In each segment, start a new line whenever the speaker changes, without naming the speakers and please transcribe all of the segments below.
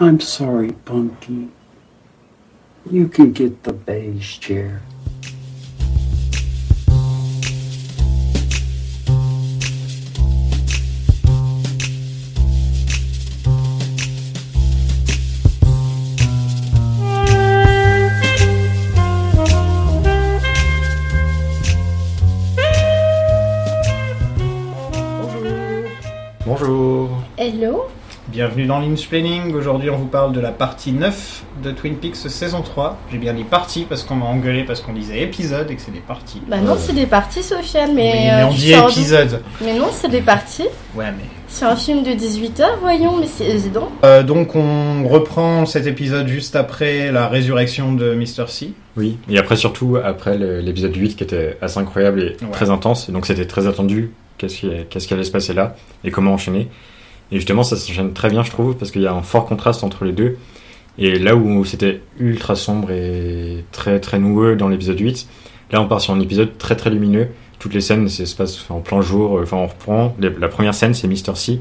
I'm sorry, Punky. You can get the beige chair.
Bonjour
Hello
Bienvenue dans Planning. Aujourd'hui, on vous parle de la partie 9 de Twin Peaks saison 3. J'ai bien dit partie parce qu'on m'a engueulé parce qu'on disait épisode et que c'est des parties.
Bah non, c'est des parties, Sofiane, mais,
Oui,
euh,
mais on
tu
dit
sors d'où
épisode.
Mais non, c'est des parties.
Ouais, mais.
C'est un film de 18h, voyons, mais c'est évident.
Euh, donc, on reprend cet épisode juste après la résurrection de Mr. C.
Oui, et après surtout, après le- l'épisode 8 qui était assez incroyable et
Ouais.
très intense, et donc c'était très attendu, qu'est-ce qui, qu'est-ce qui allait se passer là, et comment enchaîner. Et justement, ça s'enchaîne très bien, je trouve, parce qu'il y a un fort contraste entre les deux. Et là où c'était ultra sombre et très très noueux dans l'épisode 8, là on part sur un épisode très très lumineux. Toutes les scènes c'est- se passent en plein jour, euh, enfin on reprend. Les- La première scène c'est Mr. C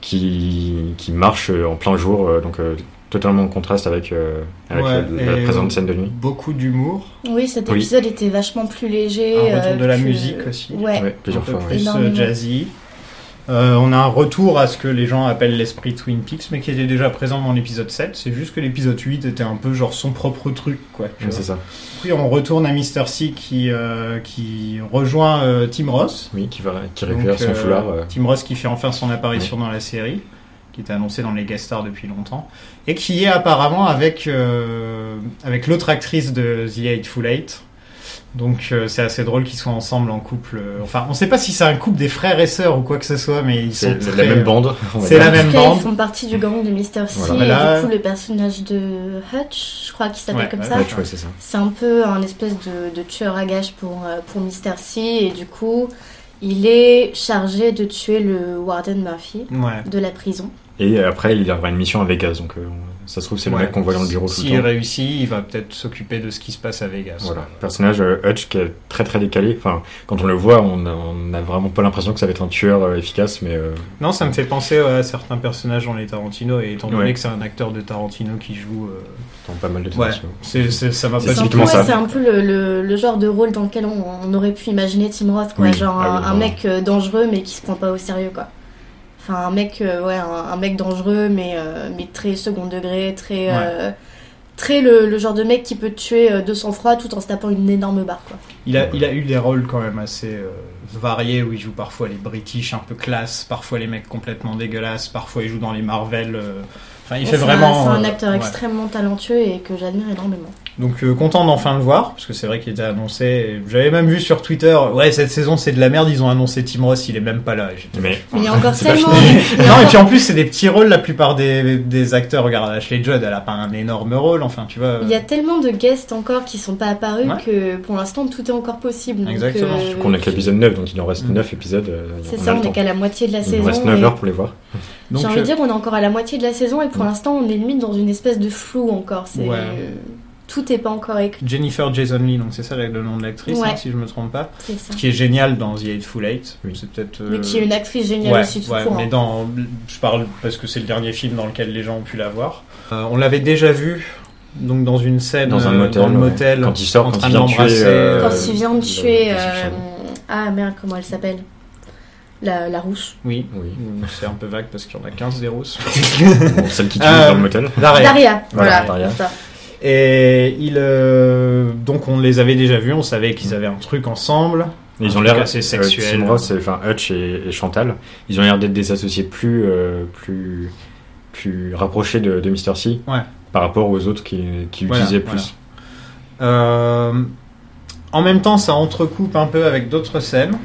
qui, qui marche euh, en plein jour, euh, donc euh, totalement en contraste avec, euh, avec
Ouais,
la- la
et
présente scène de nuit.
Beaucoup d'humour.
Oui, cet
Oui.
épisode était vachement plus léger.
Un retour
euh,
de la
que-
musique aussi.
Ouais.
Ouais, plusieurs
un peu
fois. ouais.
plus euh,
Énormément.
jazzy. Euh, on a un retour à ce que les gens appellent l'esprit Twin Peaks, mais qui était déjà présent dans l'épisode 7. C'est juste que l'épisode 8 était un peu genre son propre truc, quoi. tu
Ouais,
vois.
c'est ça.
Puis on retourne à Mr. C qui, euh, qui rejoint euh, Tim Ross.
Oui, qui, va, qui
Donc,
récupère son
euh,
foulard. euh,
Tim Ross qui fait enfin son apparition dans la série, qui était annoncé dans les guest stars depuis longtemps, et qui est apparemment avec, euh, avec l'autre actrice de The Hateful Eight. Donc euh, c'est assez drôle qu'ils soient ensemble en couple. euh, Enfin, on sait pas si c'est un couple des frères et sœurs ou quoi que ce soit, mais ils sont
c'est
très-
la même bande. on va
c'est
dire.
la
En
même
tout cas,
bande.
ils font partie du gang de Mr. C.
Voilà.
Et
Voilà.
du coup, le personnage de Hutch, je crois qu'il s'appelle
Ouais,
comme
ouais,
ça.
Ouais, tu vois, c'est ça.
C'est un peu un espèce de, de tueur à gages pour, euh, pour Mr. C. Et du coup, il est chargé de tuer le Warden Murphy
Ouais.
de la prison.
Et euh, après, il aura une mission à Vegas. Donc, euh, on- ça se trouve, c'est le
Ouais.
mec qu'on voit dans le bureau tout
S'il
le temps.
réussit, il va peut-être s'occuper de ce qui se passe à Vegas.
Voilà. Personnage euh, Hutch qui est très très décalé. Enfin, quand on le voit, on a, on a vraiment pas l'impression que ça va être un tueur euh, efficace, mais euh,
Non, ça me fait penser à certains personnages dans les Tarantino, et étant donné
Ouais.
que c'est un acteur de Tarantino qui joue. euh,
dans pas mal de temps.
Ouais, c'est- c'est- ça m'a
C'est
pas
C'est un peu,
typiquement
ouais,
ça.
c'est un peu le, le- le genre de rôle dans lequel on, on aurait pu imaginer Tim Roth, quoi.
Oui. Ah
Genre
oui,
un, un
vraiment.
mec euh, dangereux mais qui se prend pas au sérieux, quoi. Enfin, un mec, euh, ouais, un, un mec dangereux mais, euh, mais très second degré, très. euh, très le, le genre de mec qui peut te tuer euh, de sang-froid tout en se tapant une énorme barre, quoi.
Il a, il a eu des rôles quand même assez euh, variés où il joue parfois les British un peu classe, parfois les mecs complètement dégueulasses, parfois il joue dans les Marvel. euh, Enfin, il
Ouais,
fait
c'est un-
vraiment.
C'est un
euh,
acteur
ouais.
extrêmement talentueux et que j'admire énormément.
Donc euh, content d'enfin le voir parce que c'est vrai qu'il était annoncé. J'avais même vu sur Twitter, ouais cette saison c'est de la merde, ils ont annoncé Tim Ross, il est même pas là. Et j'étais-
Mais
Mais il y a encore
C'est pas
tellement. il y a
Non et
encore-
puis en plus c'est des petits rôles la plupart des, des acteurs. Regarde Ashley Judd, elle a pas un énorme rôle, enfin tu vois.
Il y a tellement de guests encore qui sont pas apparus
Ouais.
que pour l'instant tout est encore possible. Donc,
Exactement.
euh,
qu'on a qu'à l'épisode 9, donc il en reste
Mm.
9 épisodes. euh,
C'est
on
ça,
a le
on est
temps.
qu'à la moitié de la
Il
saison.
nous reste 9
et-
heures pour les voir.
Donc,
J'ai envie
euh,
de dire, on est encore à la moitié de la saison et pour
Ouais.
l'instant, on est limite dans une espèce de flou encore. C'est
Ouais.
euh, tout n'est pas encore écrit.
Jennifer Jason Lee, donc c'est ça le nom de l'actrice
Ouais.
hein, si je me trompe pas,
C'est ça.
qui est géniale dans The Hateful Eight.
Oui.
C'est peut-être.
Mais
euh,
qui est une actrice géniale
Ouais,
aussi tout
ouais,
court.
mais
hein.
dans, je parle parce que c'est le dernier film dans lequel les gens ont pu la voir. Euh, on l'avait déjà vu, donc dans une scène
Dans un
euh,
motel.
dans le
ouais.
motel.
Quand il sort,
en
quand
train
il vient
de
tuer.
l'embrasser,
euh,
Quand il vient de
le-
tuer.
le-
euh, Ah merde, comment elle s'appelle la, la rousse.
Oui,
Oui.
c'est un peu vague parce qu'il y en a 15 des roses.
Bon, celle qui tue
Euh,
dans le motel.
Daria.
Daria, voilà.
Voilà, Daria.
c'est ça.
Et il, euh, donc on les avait déjà vus, on savait qu'ils avaient un truc ensemble.
Et Ils
Un
ont
truc
l'air
assez
euh,
sexuel.
Tim Ross, et- enfin Hutch et, et Chantal, ils ont l'air d'être des associés plus euh, plus plus rapprochés de, de Mr C.
Ouais.
Par rapport aux autres qui, qui
Voilà,
l'utilisaient
voilà.
plus.
Euh, en même temps, ça entrecoupe un peu avec d'autres scènes.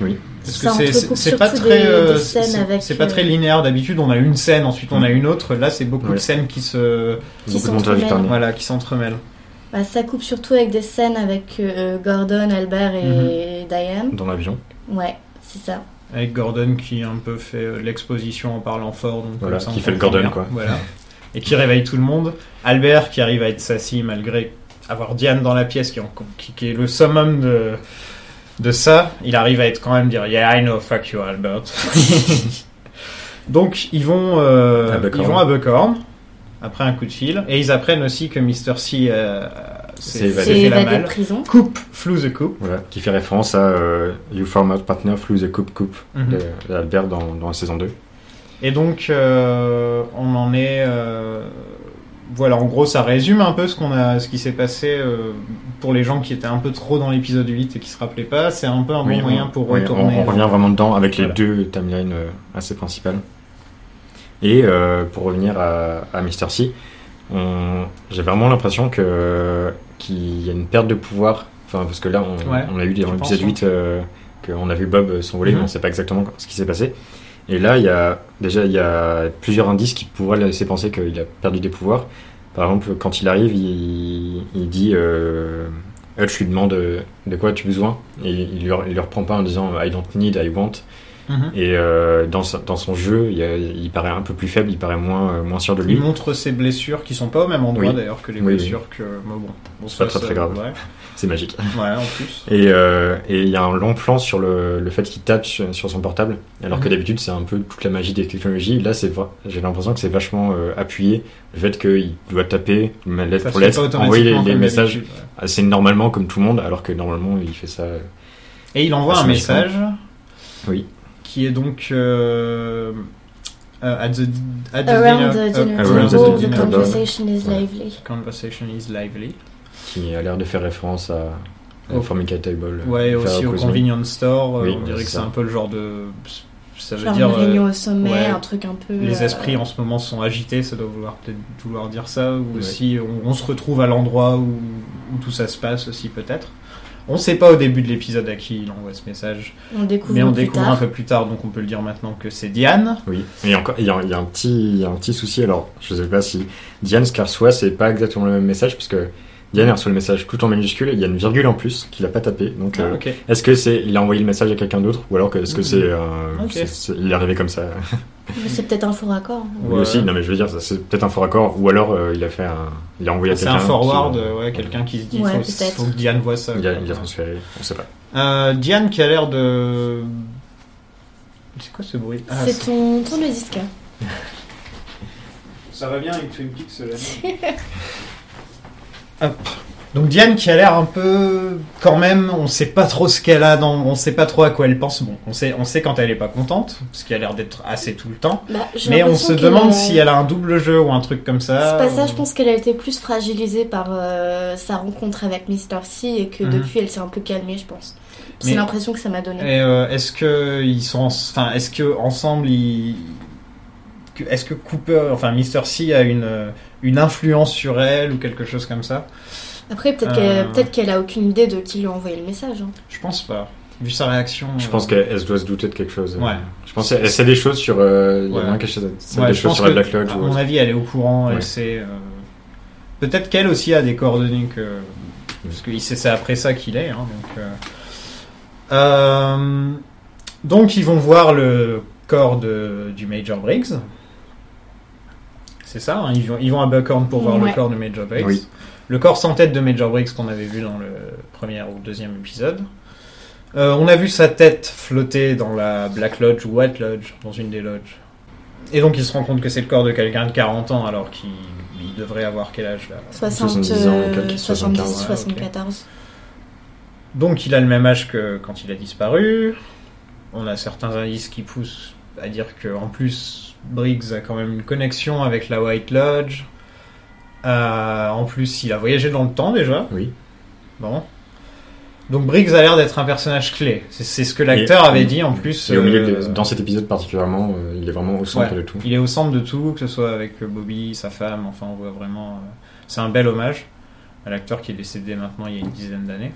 Oui.
Parce
Ça
que c'est- c'est
entrecoupe
c'est pas
surtout
très,
des-
euh,
des scènes
c'est
avec,
c'est pas
euh,
très linéaire. D'habitude, on a une scène, ensuite on a une autre. Là, c'est beaucoup de
Mm. Ouais.
scènes qui se,
Qui
Beaucoup
sont
de montage
très
épargné.
voilà, qui s'entremêlent.
Bah, ça coupe surtout avec des scènes avec euh, Gordon, Albert et Diane.
Dans l'avion.
Ouais, c'est ça.
Avec Gordon qui un peu fait euh, l'exposition en parlant fort. Donc
Voilà,
comme ça,
qui
on
fait le
comprend
Gordon,
bien.
quoi.
Voilà. Et qui réveille tout le monde. Albert qui arrive à être sassy malgré avoir Diane dans la pièce qui, est en- qui- qui est le summum de, de ça. Il arrive à être quand même dire Yeah, I know, fuck you, Albert. donc ils vont, euh,
À Buckhorn.
ils vont à Buckhorn. après un coup de fil. Et ils apprennent aussi que Mr. C euh,
S'est
s'est
évadé. C'est
s'est
C'est
fait la
évadé de
malle.
prison.
Coupe, flou the coupe.
Voilà, qui fait référence à euh, You Form Out Partner, Flew the Coupe Coupe
Mhm.
de- d'Albert dans, dans la saison 2.
Et donc, euh, on en est. euh, voilà, en gros, ça résume un peu ce, qu'on a, ce qui s'est passé euh, pour les gens qui étaient un peu trop dans l'épisode 8 et qui se rappelaient pas. C'est un peu un bon
Oui,
moyen
on-
pour
oui,
retourner. euh,
On, on revient vraiment dedans avec les
Voilà.
deux timelines euh, assez principales. Et euh, pour revenir à, à Mister C, on- j'ai vraiment l'impression que qu'il y a une perte de pouvoir. Enfin, parce que là, on,
Ouais,
on a eu
je
dans
pense,
l'épisode
hein.
8 euh, qu'on a vu Bob euh, s'envoler,
Mhm.
mais on ne sait pas exactement ce qui s'est passé. Et là, il y a déjà il y a plusieurs indices qui pourraient laisser penser qu'il a perdu des pouvoirs. Par exemple, quand il arrive, il, il dit euh, Hutch lui demande euh, de quoi as-tu besoin et il lui, il lui reprend pas en disant I don't need, I want.
Mhm.
Et euh, dans, sa- dans son jeu, il, y a- il paraît un peu plus faible, il paraît moins, euh, moins sûr de lui.
Il montre ses blessures qui sont pas au même endroit
Oui.
d'ailleurs que les
Oui, oui.
blessures que. mais bon, bon,
C'est pas
ça,
très,
ça-
très grave.
Ouais,
C'est magique.
Ouais, en plus.
Et euh, et il y a un long plan sur le, le fait qu'il tape sur, sur son portable, alors que
Mhm.
d'habitude c'est un peu toute la magie des technologies. Là, c'est vrai- j'ai l'impression que c'est vachement euh, appuyé le fait qu'il doit taper lettre
Ça
pour
se fait pas
lettre,
automatiquement
envoyer les,
comme
les
d'habitude,
messages
ouais.
assez normalement comme tout le monde, alors que normalement il fait ça. euh,
Et il envoie
Ah,
un
c'est magiquement.
message.
Oui.
Qui est donc. euh, euh, at the, at the
Around
dinner-
the
euh,
dinner
around the
table,
dinner
the
table.
conversation is
Voilà.
lively.
Conversation is lively.
qui a l'air de faire référence à à la
Au-
Formica Table.
Ouais, et
Faire
aussi au
Cosmo.
convenience store. euh,
Oui,
on
ouais,
dirait
c'est
que c'est
ça.
un peu le genre de. Ça veut
Genre
dire.
une
euh,
réunion au sommet,
ouais.
un truc un peu.
les
euh,
esprits en ce moment sont agités, ça doit vouloir peut-être vouloir dire ça, ou
Ouais.
aussi on, on se retrouve à l'endroit où, où tout ça se passe aussi peut-être. On sait pas au début de l'épisode à qui il envoie ce message,
On découvre
mais on
plus
découvre
tard.
un peu plus tard, donc on peut le dire maintenant que c'est Diane.
Oui, et encore, il y, a- il y a un petit, il y a un petit souci. Alors, je sais pas si Diane, ce qu'elle reçoit, c'est pas exactement le même message, parce que Diane elle reçoit le message tout en minuscule, et il y a une virgule en plus qu'il a pas tapé. Donc, euh,
Ah, ok.
est-ce que c'est, il a envoyé le message à quelqu'un d'autre, ou alors que est-ce que
Mhm.
c'est, euh,
Ok.
c'est- c'est- il est arrivé comme ça
Mais C'est peut-être un faux raccord.
Ou aussi, non mais je veux dire, ça, c'est peut-être un faux raccord, ou alors euh, il a fait un, il a envoyé à
C'est
quelqu'un.
un forward,
qui,
euh,
euh,
ouais, quelqu'un qui se dit
Ouais,
faut,
peut-être.
faut que Diane voit ça.
Il a,
quoi.
il a transféré, on sait pas.
Euh, Diane qui a l'air de. C'est quoi ce bruit Ah,
C'est ton tourne le disque.
Ça va bien avec Twin Peaks, Hop. Donc Diane qui a l'air un peu, quand même, on sait pas trop ce qu'elle a, dans, on sait pas trop à quoi elle pense. Bon, on sait, on sait quand elle est pas contente, parce qu'elle a l'air d'être assez tout le temps.
Bah, j'ai
Mais on
l'impression
se
qu'elle
demande
a-
si elle euh, a un double jeu ou un truc comme ça.
C'est pas ça, je
ou-
pense qu'elle a été plus fragilisée par euh, sa rencontre avec Mr. C et que
Mhm.
depuis elle s'est un peu calmée, je pense. C'est
Mais-
l'impression que ça m'a donné.
Et euh, est-ce que ils sont, en- enfin, est-ce que ensemble ils, que- est-ce que Cooper, enfin Mr. C a une euh, une influence sur elle ou quelque chose comme ça
Après, peut-être
Euh.
qu'elle peut-être qu'elle a aucune idée de qui lui a envoyé le message. hein.
Je pense pas. Vu sa réaction.
Je
euh,
pense qu'elle elle se doit se douter de quelque chose. euh.
Ouais.
Je pense qu'elle elle sait des choses sur, euh, il y
Ouais.
a moyen qu'elle sait
Ouais,
des
je
choses
pense
sur la
que,
Black Lodge.
À
ou
mon
autre.
avis, elle est au courant, elle
Ouais.
sait. euh, Peut-être qu'elle aussi a des coordonnées que. Parce que il sait- c'est après ça qu'il est. hein, donc, euh. Euh, donc, ils vont voir le corps de- du Major Briggs. C'est ça, hein, ils, vont, ils vont à Buckhorn pour voir
Ouais.
le corps de Major Briggs.
Oui.
Le corps sans tête de Major Briggs qu'on avait vu dans le premier ou deuxième épisode. Euh, on a vu sa tête flotter dans la Black Lodge ou White Lodge, dans une des lodges. Et donc il se rend compte que c'est le corps de quelqu'un de 40 ans alors qu'il il devrait avoir quel âge là
60,
70 ans, quelque-
70,
75,
74.
Donc il a le même âge que quand il a disparu. On a certains indices qui poussent à dire que en plus Briggs a quand même une connexion avec la White Lodge. Euh, en plus il a voyagé dans le temps déjà.
Oui.
Bon. Donc Briggs a l'air d'être un personnage clé. C'est- C'est ce que l'acteur
Et-
avait dit en plus.
Et au milieu,
euh,
de- dans cet épisode particulièrement, euh, il est vraiment au centre
Ouais.
de tout.
Il est au centre de tout, que ce soit avec euh, Bobby, sa femme, enfin on voit vraiment. euh, c'est un bel hommage à l'acteur qui est décédé maintenant il y a une dizaine d'années.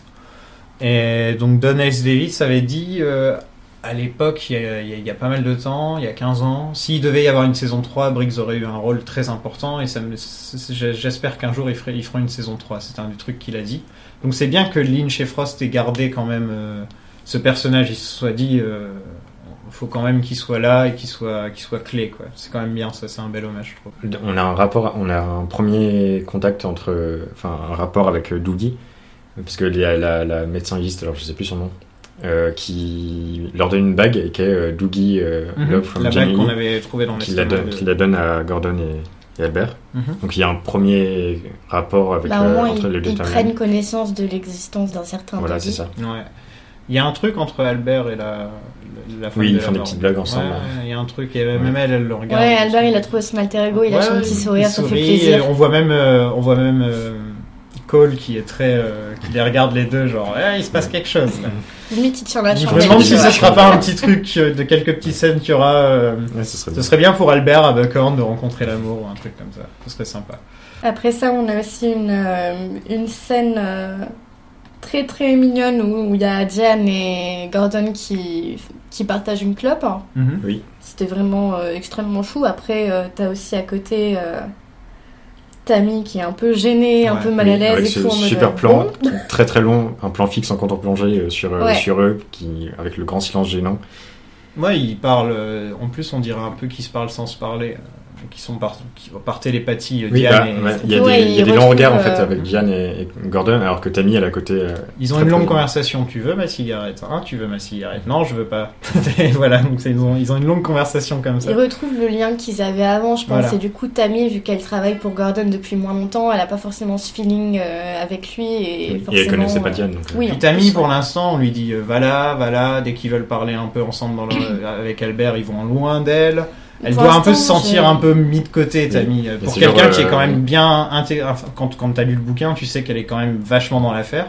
Et donc Don S. Davis avait dit euh, à l'époque, il y, a, il y a- il y a pas mal de temps, il y a 15 ans, s'il devait y avoir une saison 3, Briggs aurait eu un rôle très important et ça me- c'est- c'est- j'espère qu'un jour ils, feraient- ils feront une saison 3. C'est un des trucs qu'il a dit. Donc c'est bien que Lynch et Frost aient gardé quand même euh, ce personnage, il se soit dit. euh, faut quand même qu'il soit là et qu'il soit, qu'il soit clé. quoi. C'est quand même bien, ça, c'est un bel hommage, je trouve.
On a un rapport, on a un premier contact entre, euh, enfin un rapport avec euh, Doogie, parce que il y a la, la médeciniste, alors je sais plus son nom, euh, qui leur donne une bague et qui est euh, Doogie euh, Love from
Mhm. La
Jamie
bague qu'on
Lee,
avait trouvée dans
qui la,
l'estomac.
donne,
de-
qui la donne à Gordon et, et Albert.
Mhm.
Donc il y a un premier rapport avec,
Bah, au
euh,
moins,
entre les
ils,
deux
ils
timelines.
prennent connaissance de l'existence d'un certain
Voilà,
Bobby.
c'est ça.
Ouais. Il y a un truc entre Albert et la, la femme
Oui,
de
ils
la
font des
barbe.
petites blagues
Ouais,
ensemble.
ouais, il y a un truc, et même elle, elle le
Ouais,
regarde.
Albert, il a trouvé son alter ego, il a
Ouais,
son petit
il-
sourire,
il
ça fait
sourit,
plaisir.
et On voit même, euh, on voit même euh, Cole qui est très, euh, qui les regarde les deux, genre, Eh, il se passe quelque chose. là.
Limite, il tient la
Je
chambre.
me demande si ce
ouais.
sera pas un petit truc euh, de quelques petites scènes qu'il y aura. euh,
Ouais, ce serait
ce
bien.
serait bien pour Albert à Buckhorn de rencontrer l'amour ou un truc comme ça. Ce serait sympa.
Après ça, on a aussi une, euh, une scène euh, très très mignonne où où il y a Diane et Gordon qui, qui partagent une clope.
Mhm.
C'était vraiment euh, extrêmement chou. Après, euh, t'as aussi à côté euh, Tammy qui est un peu gênée, un
Ouais,
peu mal
oui,
à l'aise
Avec
et
ce
tout. en mode,
super
euh,
plan,
bon.
très très long, un plan fixe en contre-plongée euh, sur, euh,
Ouais.
sur eux, qui, avec le grand silence gênant.
Ouais, ils parlent. euh, en plus, on dirait un peu qu'ils se parlent sans se parler. euh, qui sont par, qui- par télépathie. euh,
Oui,
Diane
bah, ouais,
et-
il y a
Ouais,
des, il y a
ils
des longs regards en
retrouvent,
fait
euh,
avec Diane et, et Gordon, alors que Tammy elle est à côté. euh,
Ils ont
très
une longue
peu-
conversation. Tu veux ma cigarette Hein, tu veux ma cigarette Non, je veux pas. Et voilà, donc c'est- ils ont, ils ont une longue conversation comme ça.
Ils retrouvent le lien qu'ils avaient avant, je pense.
Voilà.
Et du coup, Tammy, vu qu'elle travaille pour Gordon depuis moins longtemps, elle a pas forcément ce feeling euh, avec lui. Et,
Et
forcément,
elle connaissait pas
euh,
Diane. donc, euh,
Oui,
Puis Tammy, pour l'instant, on lui dit euh, va là, va là. Dès qu'ils veulent parler un peu ensemble dans le- avec Albert, ils vont loin d'elle. Elle
Pour
doit un peu se
l'instant,
sentir
j'ai-
un peu mis de côté, Tammy. euh,
Et
Pour
c'est
quelqu'un
genre,
qui est quand
euh,
même bien intégré. Enfin, quand quand t'as lu le bouquin, tu sais qu'elle est quand même vachement dans l'affaire.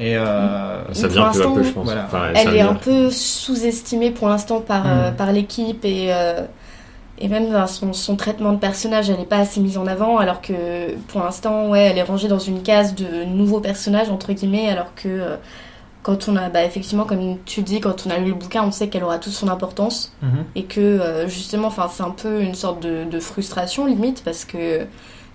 Et euh,
Ça
Pour
vient peu à peu,
l'instant,
je pense.
voilà.
Enfin, ça
Elle est
vient.
un peu sous-estimée pour l'instant par, euh,
Mm.
par l'équipe et, euh, et même dans son, son traitement de personnage, elle n'est pas assez mise en avant alors que pour l'instant, ouais, elle est rangée dans une case de nouveaux personnages entre guillemets alors que euh, quand on a, bah, effectivement, comme tu dis, quand on a lu le bouquin, on sait qu'elle aura toute son importance
Mm.
mhm.
et que euh, justement, enfin, c'est un peu une sorte de, de frustration limite parce que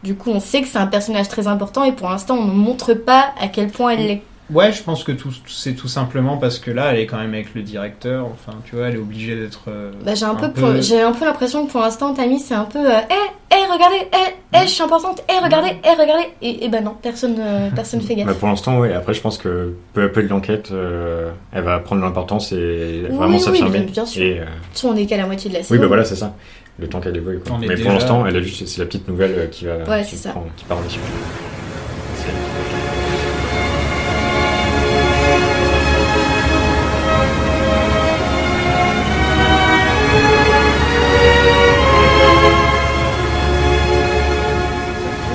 du coup, on sait que c'est un personnage très important et pour l'instant, on ne montre pas à quel point elle l'est.
Ouais, je pense que tout, c'est tout simplement parce que là, elle est quand même avec le directeur. Enfin, tu vois, elle est obligée d'être. euh,
Bah, j'ai un,
un
peu,
peu-
pour- j'ai un peu l'impression que pour l'instant Tammy c'est un peu hé hé regardez hé hé
Mm.
je suis importante hé regardez hé regardez et, et bah non personne euh, personne fait
Bah,
gaffe.
pour l'instant, oui. Après, je pense que peu à peu de l'enquête, euh, elle va prendre l'importance et
Oui,
vraiment
oui,
s'affirmer.
bien- bien sûr.
Et, euh,
De toute façon, on est qu'à la moitié de la saison.
oui, bah voilà, c'est ça. Le temps qu'elle évolue. quoi.
On est
Mais
déjà-
pour l'instant, elle a juste c'est la petite nouvelle euh, qui va
Ouais,
qui,
c'est ça.
prend- qui part en mission. C'est-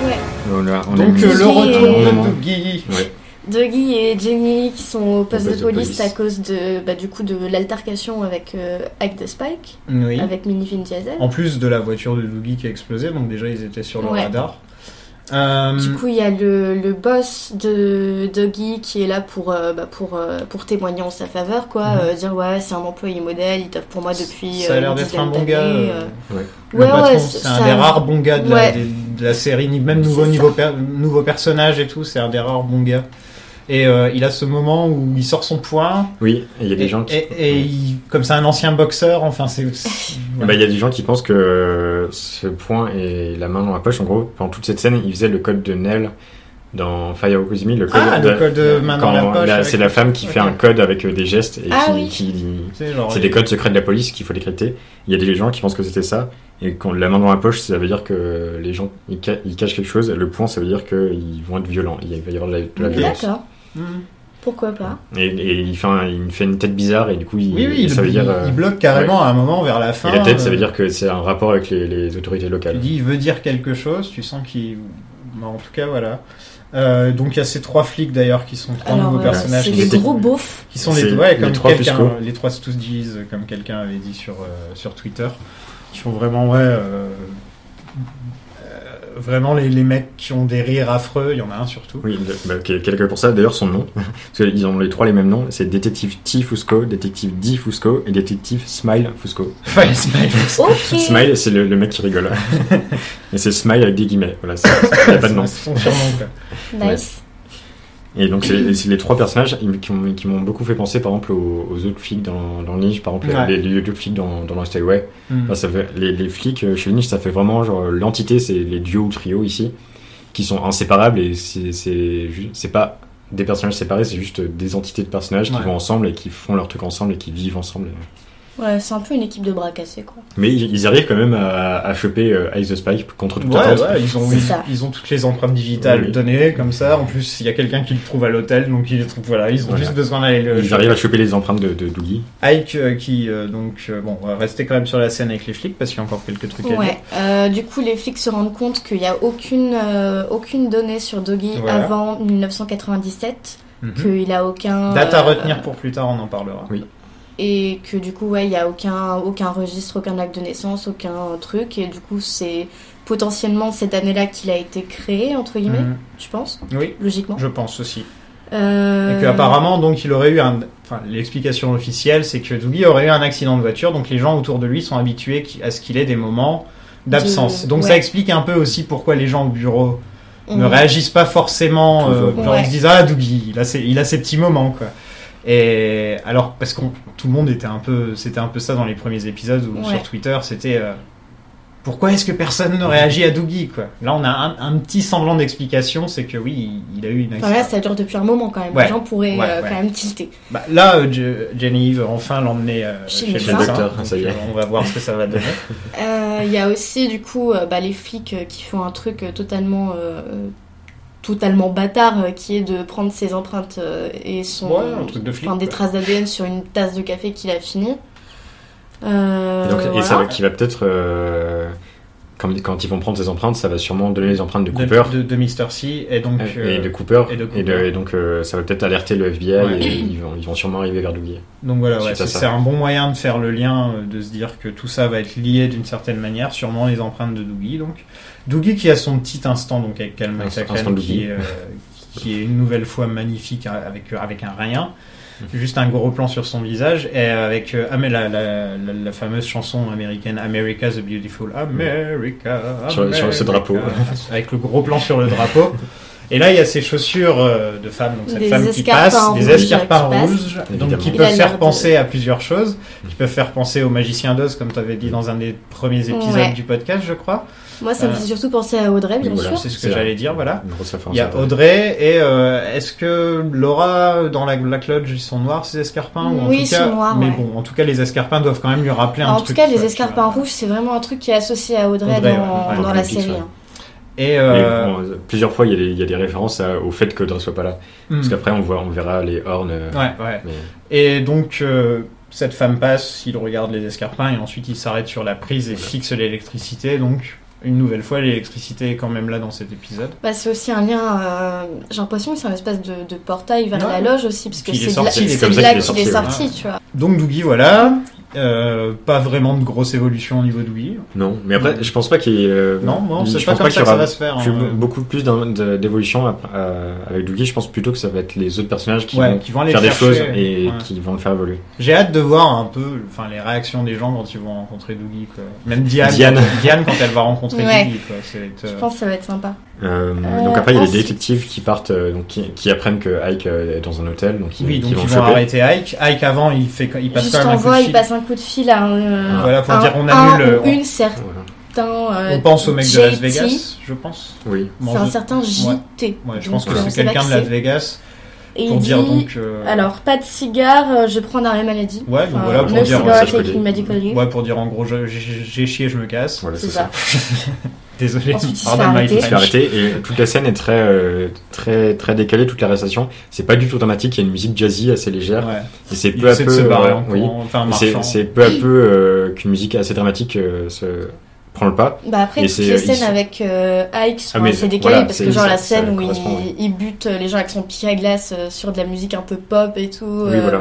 Ouais.
On a- on a
Donc,
mis-
euh, le
Guy
retour
est-
de Doug Guilly.
Ouais.
Dougie et Jenny qui sont au poste
Au
de
poste de
police
police.
à cause de bah, du coup de l'altercation avec euh, avec The Spike
Oui.
avec Mini Vin Diesel.
En plus de la voiture de Dougie qui a explosé, donc déjà ils étaient sur le
Ouais.
radar. Euh,
Du coup, il y a le, le boss de Doggy qui est là pour, euh, bah, pour, euh, pour témoigner en sa faveur, quoi.
Mhm.
euh, dire, ouais, c'est un employé modèle, il taffe pour moi depuis.
ça a
euh,
l'air
une
d'être un
dizaine
bon gars.
d'années,
euh,
euh.
Ouais.
Le
Ouais,
patron,
ouais,
c'est
ça-
un des rares bons gars de, la,
Ouais.
des- de la série, ni- même
C'est
nouveau,
ça.
niveau per- nouveau personnage et tout, c'est un des rares bons gars. Et euh, il a ce moment où il sort son poing,
Oui, et il y a
et,
des gens qui.
et- et il- comme c'est un ancien boxeur, enfin c'est... c'est-
Eh ben, Il y a des gens qui pensent que euh, ce point et la main dans la poche, en gros, pendant toute cette scène, ils faisaient le code de Nell dans Firewalk With Me. Le code
Ah,
de,
le code de main dans la
quand
poche avec
C'est la femme qui fait
Ok.
un code avec euh, des gestes et
Ah
qui,
oui.
qui-
c'est genre-
C'est des codes secrets de la police qu'il faut décrypter. Il y a des gens qui pensent que c'était ça. Et quand la main dans la poche, ça veut dire que les gens ils, ca- ils cachent quelque chose. Le point, ça veut dire qu'ils vont être violents. Il va y avoir de la, de la
Ok.
violence.
D'accord,
Mhm.
pourquoi pas.
Et, et il, fait un- il fait une tête bizarre et du coup, il,
Oui, oui, il,
ça veut dire.
il-
euh,
il bloque carrément à un moment vers la fin.
et la tête, ça veut
euh,
dire que c'est un rapport avec les, les autorités locales.
Tu dis, il veut dire quelque chose, tu sens qu'il. bah, en tout cas, voilà. Euh, donc il y a ces trois flics d'ailleurs qui sont trois
Alors,
nouveaux
euh,
personnages.
c'est
qui
des
sont-
gros beaufs.
Qui sont les,
C'est
ouais,
les
comme
trois
quelqu'un-
fiscaux.
les trois Stooges, euh, comme quelqu'un avait dit sur, euh, sur Twitter. Qui font vraiment, ouais. euh, euh, vraiment les, les mecs qui ont des rires affreux, il y en a un surtout.
Oui, le- bah, ok, quelqu'un pour ça. D'ailleurs, son nom, parce qu'ils ont les trois les mêmes noms, c'est détective T Fusco, détective D Fusco et détective Smile Fusco.
Enfin, Smile.
Ok.
Smile, c'est le, le mec qui rigole. et c'est Smile avec des guillemets. Voilà, c'est- c'est- y a pas de nom. Ah,
C'est son surnom, quoi.
Nice.
Et donc, c'est c'est les trois personnages ils- qui m'ont qui m'ont beaucoup fait penser, par exemple, aux, aux autres flics dans, dans Lynch, par exemple, les,
Ouais.
les autres flics dans, dans Lost Highway.
Hmm.
Enfin, ça fait- les, les flics euh, chez Lynch, ça fait vraiment genre euh, l'entité, c'est les duos ou trios ici, qui sont inséparables et c'est- c'est ju- c'est pas des personnages séparés, c'est juste euh, des entités de personnages
Ouais.
qui vont ensemble et qui font leur truc ensemble et qui vivent ensemble.
Ouais, c'est un peu une équipe de bras cassés, quoi.
Mais ils, ils arrivent quand même à, à choper euh, Ice the Spike contre toute
Ouais,
attente.
ouais, ils ont,
C'est
ils,
ça.
ils ont toutes les empreintes digitales
Oui.
données comme ça. En plus, il y a quelqu'un qui le trouve à l'hôtel, donc il les trouve. Voilà, ils ont
Voilà.
juste besoin d'aller le.
Ils arrivent à choper les empreintes de, de Dougie.
Ike euh, qui euh, donc euh, bon, on va rester quand même sur la scène avec les flics parce qu'il y a encore quelques trucs à dire.
Ouais. euh, du coup, les flics se rendent compte qu'il n'y a aucune, euh, aucune donnée sur Doggy
Voilà.
avant 1997,
Mhm.
qu'il a aucun.
Date à
euh,
retenir pour plus tard, on en parlera.
Et que du coup, ouais, il n'y a aucun, aucun registre, aucun acte de naissance, aucun truc. Et du coup, c'est potentiellement cette année-là qu'il a été créé, entre guillemets,
Mhm.
je pense,
Oui,
logiquement.
je pense aussi.
Euh,
Et qu'apparemment, donc, il aurait eu un. Enfin, l'explication officielle, c'est que Dougie aurait eu un accident de voiture, donc les gens autour de lui sont habitués qui- à ce qu'il ait des moments d'absence.
De-
Donc
ouais.
ça explique un peu aussi pourquoi les gens au bureau
on-
ne réagissent pas forcément. euh,
Toujours.
genre,
Ouais.
ils se disent Ah, Dougie, il a ses, il a ses petits moments, quoi. Et alors, parce que tout le monde était un peu. C'était un peu ça dans les premiers épisodes ou
Ouais.
sur Twitter, c'était. euh, pourquoi est-ce que personne ne réagit à Dougie quoi Là, on a un, un petit semblant d'explication, c'est que oui, il, il a eu une
Enfin, là, ça dure depuis un moment quand même.
Ouais.
Les gens pourraient
Ouais,
euh,
ouais.
quand même tilter.
Bah, là, euh, Je- Jenny veut enfin l'emmener euh,
Chez
chez,
le
le
médecin.
médecin.
Docteur, ça y
Donc,
est.
euh, on va voir ce que ça va donner.
Euh, Il y a aussi du coup euh, bah, les flics euh, qui font un truc euh, totalement, euh, euh, totalement bâtard euh, qui est de prendre ses empreintes euh, et son,
Ouais, un truc de flic,
enfin, des
quoi.
traces d'ADN sur une tasse de café qu'il a fini. Euh,
Et, donc, et
voilà.
ça va, qui va peut-être. euh, quand, quand ils vont prendre ces empreintes, ça va sûrement donner les empreintes de
De,
Cooper.
de, de Mr. C. Et donc,
et
euh,
de Cooper.
et de Cooper.
Et, et donc euh, ça va peut-être alerter le FBI
Ouais.
et ils vont, ils vont sûrement arriver vers Dougie.
donc voilà, ouais,
Suite
c'est
à ça.
c'est un bon moyen de faire le lien, euh, de se dire que tout ça va être lié d'une certaine manière, sûrement les empreintes de Doogie. Donc. Doogie qui a son petit instant donc, avec Cal
Instant
McLachlan,
Doogie.
qui, euh, qui est une nouvelle fois magnifique hein, avec, avec un rien.
Mm-hmm.
Juste un gros plan sur son visage et avec euh, ah mais la, la, la, la fameuse chanson américaine America the Beautiful America,
Sur- sur ce
America.
drapeau.
avec le gros plan sur le drapeau et là il y a ses chaussures euh, de femme donc cette
Des
femme qui
escarpins
passe
rouges,
des
euh,
escarpins
qui passent.
rouges donc
Évidemment.
qui
Il a
peuvent
l'air
faire
de-
penser à plusieurs choses qui peuvent faire penser au magicien d'Oz comme tu avais dit dans un des premiers épisodes
Ouais.
du podcast je crois
Moi, ça me
Euh,
fait surtout penser à Audrey, bien
oui, voilà.
sûr.
c'est ce que
C'est
j'allais
vrai.
dire voilà
Une grosse affaire,
il y a
ça.
Audrey et euh, est-ce que Laura dans la Black Lodge ils sont noirs ces escarpins ou en
Oui,
tout
ils
cas
sont noirs,
mais
ouais.
bon en tout cas les escarpins doivent quand même lui rappeler un
Alors, en
truc
tout cas, les
quoi, tu
escarpins
vois.
rouges, c'est vraiment un truc qui est associé à Audrey,
euh, Audrey,
dans,
ouais,
dans
ouais,
la
Olympique,
série.
ouais.
hein.
et
Mais
euh,
bon, euh, plusieurs fois, il y, a des- il y a des références à- au fait qu'Audrey soit pas là. Parce
hmm.
qu'après, on, voit- on verra les horns. euh,
ouais ouais
mais-
et donc euh, cette femme passe il regarde les escarpins et ensuite il s'arrête sur la prise et fixe l'électricité donc une nouvelle fois l'électricité est quand même là dans cet épisode
Bah, c'est aussi un lien. euh, J'ai l'impression que c'est un espèce de, de portail vers
Ouais.
la loge aussi, parce que
Puis il est
c'est de là-
sorti,
c'est
il est
de
comme ça
là
qu'il est
qu'il est
sorti,
sorti,
ouais.
tu vois.
donc Dougie voilà Euh, pas vraiment de grosse évolution au niveau de Dougie
Non, mais après, je pense pas qu'il. y ait, euh,
non non
je
c'est pas
pense
comme
qu'il
ça
y
que ça
aura
va se faire
plus-
hein.
beaucoup plus d'un- de- d'évolution après, euh, avec Dougie. Je pense plutôt que ça va être les autres personnages qui
Ouais,
vont
qui vont aller
faire
le
des choses
chercher.
et
Ouais.
qui vont le faire évoluer.
J'ai hâte de voir un peu enfin, les réactions des gens quand ils vont rencontrer Dougie. Quoi. Même Diane,
Diane.
Diane quand elle va rencontrer
Ouais.
Dougie. Quoi. C'est, euh,
Je pense que ça va être sympa.
Euh,
Euh,
donc après, il y a les
ensuite-
détectives qui partent, euh, donc qui, qui apprennent que Ike euh, est dans un hôtel, donc ils,
Oui,
qui
donc ils
vont
vont,
le choper.
arrêter Ike. Ike avant, il, fait, il passe
Juste
quand même
en
un coup de
voix, il
fil.
passe un coup de fil à un, euh,
Voilà, pour
un-
dire
un
on annule,
ou
on-
une certaine. euh,
Voilà.
On pense au mec de Las Vegas, je pense.
Oui.
Bon,
C'est un
je-
certain
Ouais.
JT.
Ouais, je
Donc,
pense que
euh, on
c'est
sait pas
quelqu'un
qui
de Las
c'est.
Vegas
Et il
pour dire
dit,
donc. euh,
Alors, pas de cigare, euh, je prends l'arrêt maladie.
Ouais, donc voilà, pour
no
dire, euh,
cigarette
ça, je
taking
connais.
medical leave.
Ouais, pour dire en gros, je- j'ai j'ai chié, je me casse.
Voilà,
c'est
c'est
ça.
ça.
Désolé,
Ensuite, il se
pardon,
fait
my
arrêter.
Il se fait
French.
arrêter et toute la scène est très, euh, très, très décalée, toute l'arrestation. C'est pas du tout dramatique, il y a une musique jazzy assez légère.
Ouais.
Et c'est
Il
peu à
essaie
peu.
de se barrer
euh,
en
oui.
courant, enfin en
Et c'est-
marchant.
C'est peu à peu euh, qu'une musique assez dramatique euh, se prend le pas.
Bah après,
Et
toutes
c'est,
les
euh,
scènes
ils sont-
avec euh, Ike sont
Ah, mais
assez
c'est-
décalées
voilà,
parce
c'est-
que genre
ça-
la
ça
scène où il,
correspond, oui.
il bute les gens avec son pied à glace euh, sur de la musique un peu pop et tout. euh.
Oui, voilà.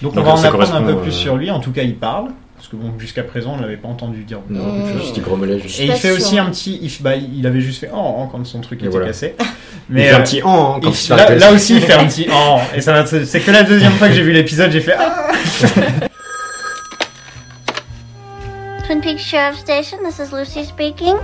Donc on
Donc,
va en
ça
apprendre un peu
correspond,
plus
euh,
sur lui. En tout cas, il parle. Parce que bon, jusqu'à présent, on ne l'avait pas entendu dire.
Non,
Mmh.
juste il grommelait. Juste.
suis
Et il
pas
fait
sûre.
aussi un petit. Il, bah, il avait juste fait oh, oh quand son truc
Et
était
voilà.
cassé.
il
Mais
fait
euh,
un petit an quand
il-
il se fait
là,
arrêter.
là aussi, il fait un petit oh. Et ça m'a- c'est que la deuxième fois que j'ai vu l'épisode, j'ai fait ah.
Twin Peaks Sheriff Station, this is Lucy speaking.